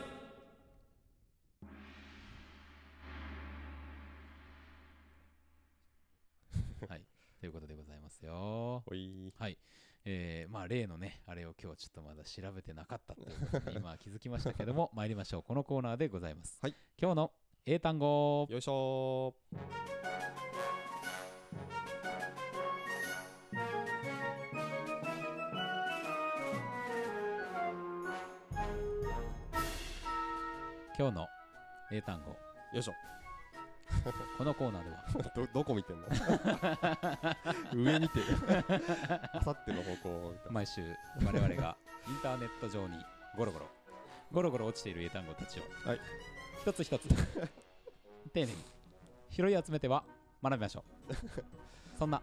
Speaker 1: はいということでございますよ
Speaker 2: おい
Speaker 1: はいえー、まあ例のねあれを今日ちょっとまだ調べてなかったっていう
Speaker 2: *laughs*
Speaker 1: ことに今気づきましたけども参りましょうこのコーナーでございます、
Speaker 2: はい、
Speaker 1: 今日の英単語
Speaker 2: よいしょ
Speaker 1: 今日の英単語
Speaker 2: よいしょ *laughs*
Speaker 1: このコーナーでは
Speaker 2: どどこ見てんの *laughs* 上見て
Speaker 1: *laughs*
Speaker 2: るあさっての方向を見た
Speaker 1: 毎週我々
Speaker 2: *laughs*
Speaker 1: がインターネット上にゴロゴロゴロゴロ落ちている英単語たちを、
Speaker 2: はい
Speaker 1: 一つ一つ丁寧に拾い集めては学びましょ
Speaker 2: *laughs*
Speaker 1: うそんな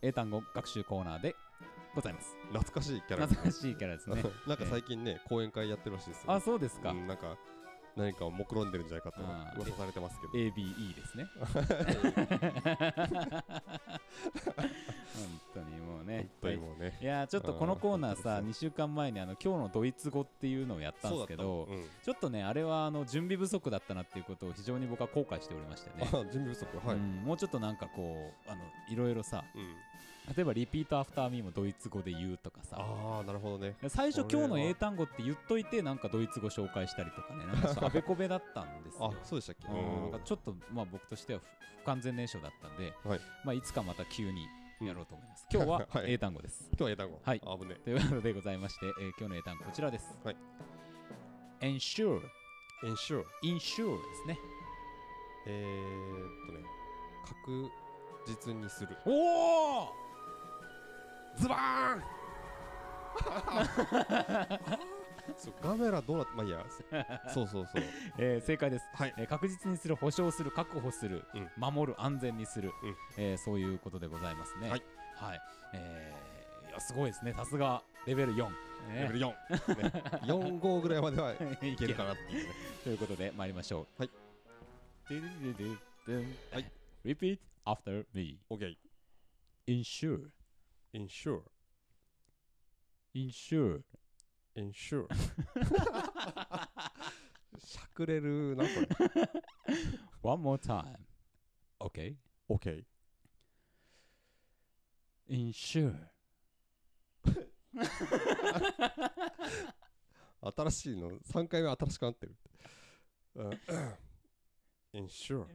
Speaker 1: 英単語学習コーナーでございます
Speaker 2: 懐かしいキャラ
Speaker 1: 懐かしいキャラです
Speaker 2: *laughs*
Speaker 1: ね
Speaker 2: なんか最近ね、講演会やってるらしいですよ、
Speaker 1: あそうですか、
Speaker 2: うんなんか何かを目論んでるんじゃないかと
Speaker 1: あー
Speaker 2: 噂されてますけど
Speaker 1: ABE ですね *laughs* 本当にもうね
Speaker 2: 本当にもうね
Speaker 1: いやーちょっとこのコーナーさ
Speaker 2: うん
Speaker 1: 2週間前にあの今日のドイツ語っていうのをやったんですけど、
Speaker 2: そうだっ
Speaker 1: ちょっとね、あれはあの準備不足だったなっていうことを非常に僕は後悔しておりましてね
Speaker 2: た、うんあ準備不足はい、
Speaker 1: う
Speaker 2: うん
Speaker 1: んもうちょっとなんかこうあのいろいろさ例えば「リピートアフターミー」もドイツ語で言うとかさ
Speaker 2: ああなるほどね
Speaker 1: 最初
Speaker 2: これ
Speaker 1: 今
Speaker 2: は
Speaker 1: 日の英単語って言っといてなんかドイツ語紹介したりとかねなんかちょっとあべこべだったんです
Speaker 2: あ
Speaker 1: よ
Speaker 2: そうでしたっけ
Speaker 1: うんなんかちょっとまあ僕としては不不完全燃焼だったんで、
Speaker 2: はい
Speaker 1: まあ、いつかまた急にやろうと思います、今日は
Speaker 2: *laughs* はい
Speaker 1: 英単語です *laughs*
Speaker 2: 今日は英単語
Speaker 1: はい
Speaker 2: あ危ね
Speaker 1: ということでございまして、えー今日の英単語こちらです、
Speaker 2: はい
Speaker 1: Ensure
Speaker 2: e n s u r
Speaker 1: Insure ですね
Speaker 2: えー、っとね確実にする
Speaker 1: おお
Speaker 2: ズバー
Speaker 1: *laughs*
Speaker 2: ンそうガメラどうなってまあいいやそうそう
Speaker 1: *laughs*
Speaker 2: そう
Speaker 1: えー正解です、
Speaker 2: はい
Speaker 1: えー確実にする保証する確保する、守る安全にする、
Speaker 2: うん
Speaker 1: えーそういうことでございますね
Speaker 2: はい、
Speaker 1: はいえーいやすごいですねさすがレベル4、ね
Speaker 2: レベル4、ね、4号ぐらいまではい
Speaker 1: い
Speaker 2: け
Speaker 1: け
Speaker 2: る
Speaker 1: る
Speaker 2: か
Speaker 1: か
Speaker 2: なって
Speaker 1: *laughs*
Speaker 2: いうね
Speaker 1: ということで参りましょう
Speaker 2: はい
Speaker 1: でででででん
Speaker 2: はい
Speaker 1: Repeat after me
Speaker 2: OK
Speaker 1: Insure
Speaker 2: insure
Speaker 1: Insure
Speaker 2: insure *laughs* しゃくれるなこ
Speaker 1: One more time OK
Speaker 2: れ OK
Speaker 1: Insure
Speaker 2: 新しいの3回目新しくなってるうん insure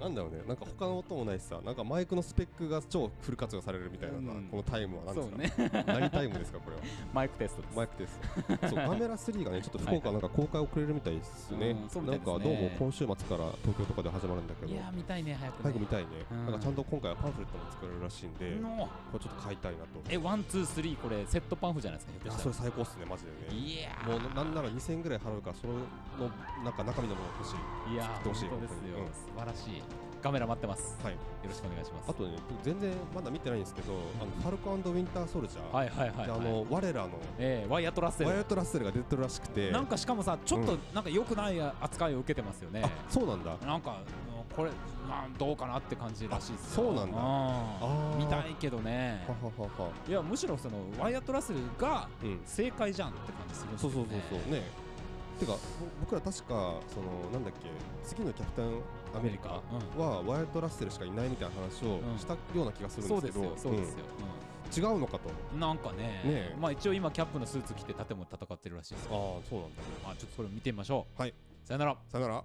Speaker 2: なんだろうねなんか他の音もないしさなんかマイクのスペックが超フル活用されるみたいなさ、
Speaker 1: うん
Speaker 2: このタイムは何で
Speaker 1: そ
Speaker 2: す
Speaker 1: う
Speaker 2: か、
Speaker 1: ね
Speaker 2: 何タイムですかこれは
Speaker 1: マイクテストです
Speaker 2: マイクです。そう、ガメラ3がね、ちょっと福岡なんか公開遅れるみたいですね
Speaker 1: うん。そうみ
Speaker 2: な
Speaker 1: た
Speaker 2: ん
Speaker 1: いですね
Speaker 2: かどうも今週末から東京とかで始まるんだけ
Speaker 1: い
Speaker 2: ど、
Speaker 1: やー見たいね早くね
Speaker 2: 早く見たいね。
Speaker 1: うん
Speaker 2: なんかちゃんと今回はパンフレットも作れるらしいんで、
Speaker 1: の
Speaker 2: これちょっと買いたいなと。
Speaker 1: え、ワン、ツー、スリー、これ、セットパンフじゃないですか、ひょっ
Speaker 2: い
Speaker 1: とし
Speaker 2: や、そ
Speaker 1: た
Speaker 2: れ最高っすね、マジ
Speaker 1: ら
Speaker 2: でね。
Speaker 1: いや
Speaker 2: もうなんなら2000円ぐらい払うから、そのなんか中身のもの欲しい。
Speaker 1: ー、いやー、
Speaker 2: どうし
Speaker 1: 本
Speaker 2: よう
Speaker 1: 当ですよ、
Speaker 2: 本当にうん
Speaker 1: 素晴らしい。カメラ待ってます。
Speaker 2: はい。
Speaker 1: よろしくお願いします。
Speaker 2: あとね、僕全然まだ見てないんですけど、あのファルコンウィンターソルジャー。
Speaker 1: はいはいはい、はい。
Speaker 2: であの、我らの
Speaker 1: えー、ワイヤートラッセ
Speaker 2: ワイヤ
Speaker 1: ル
Speaker 2: ー。トラッセルが出てるらしくて、
Speaker 1: なんかしかもさ、ちょっと
Speaker 2: う
Speaker 1: なんか良くない扱いを受けてますよね
Speaker 2: あ。そうなんだ。
Speaker 1: なんか、うんこれ、まあ、どうかなって感じらしいですよ
Speaker 2: あそうなんだ
Speaker 1: だ
Speaker 2: あー
Speaker 1: 見たいけどね
Speaker 2: は。ははは。
Speaker 1: いや、むしろその、ワイヤートラッセルが
Speaker 2: うん。
Speaker 1: 正解じゃんって感じするんです
Speaker 2: そ
Speaker 1: よ
Speaker 2: う
Speaker 1: ね。
Speaker 2: そうそうそうねてかぼ僕ら確かそのなんだっけ次のキャプテンアメリカ
Speaker 1: うん
Speaker 2: はワイルド・ラッセルしかいないみたいな話を
Speaker 1: うん
Speaker 2: したような気がするん
Speaker 1: そう
Speaker 2: で
Speaker 1: です
Speaker 2: すけ
Speaker 1: よ
Speaker 2: ど、
Speaker 1: そうですよ、
Speaker 2: うん違うのかと
Speaker 1: うんなんかね
Speaker 2: え
Speaker 1: まあ一応今キャップのスーツ着て盾も戦ってるらしいですよ
Speaker 2: ああそうなんだ
Speaker 1: まあちょっとそれを見てみましょう
Speaker 2: はい
Speaker 1: さよなら
Speaker 2: さよなら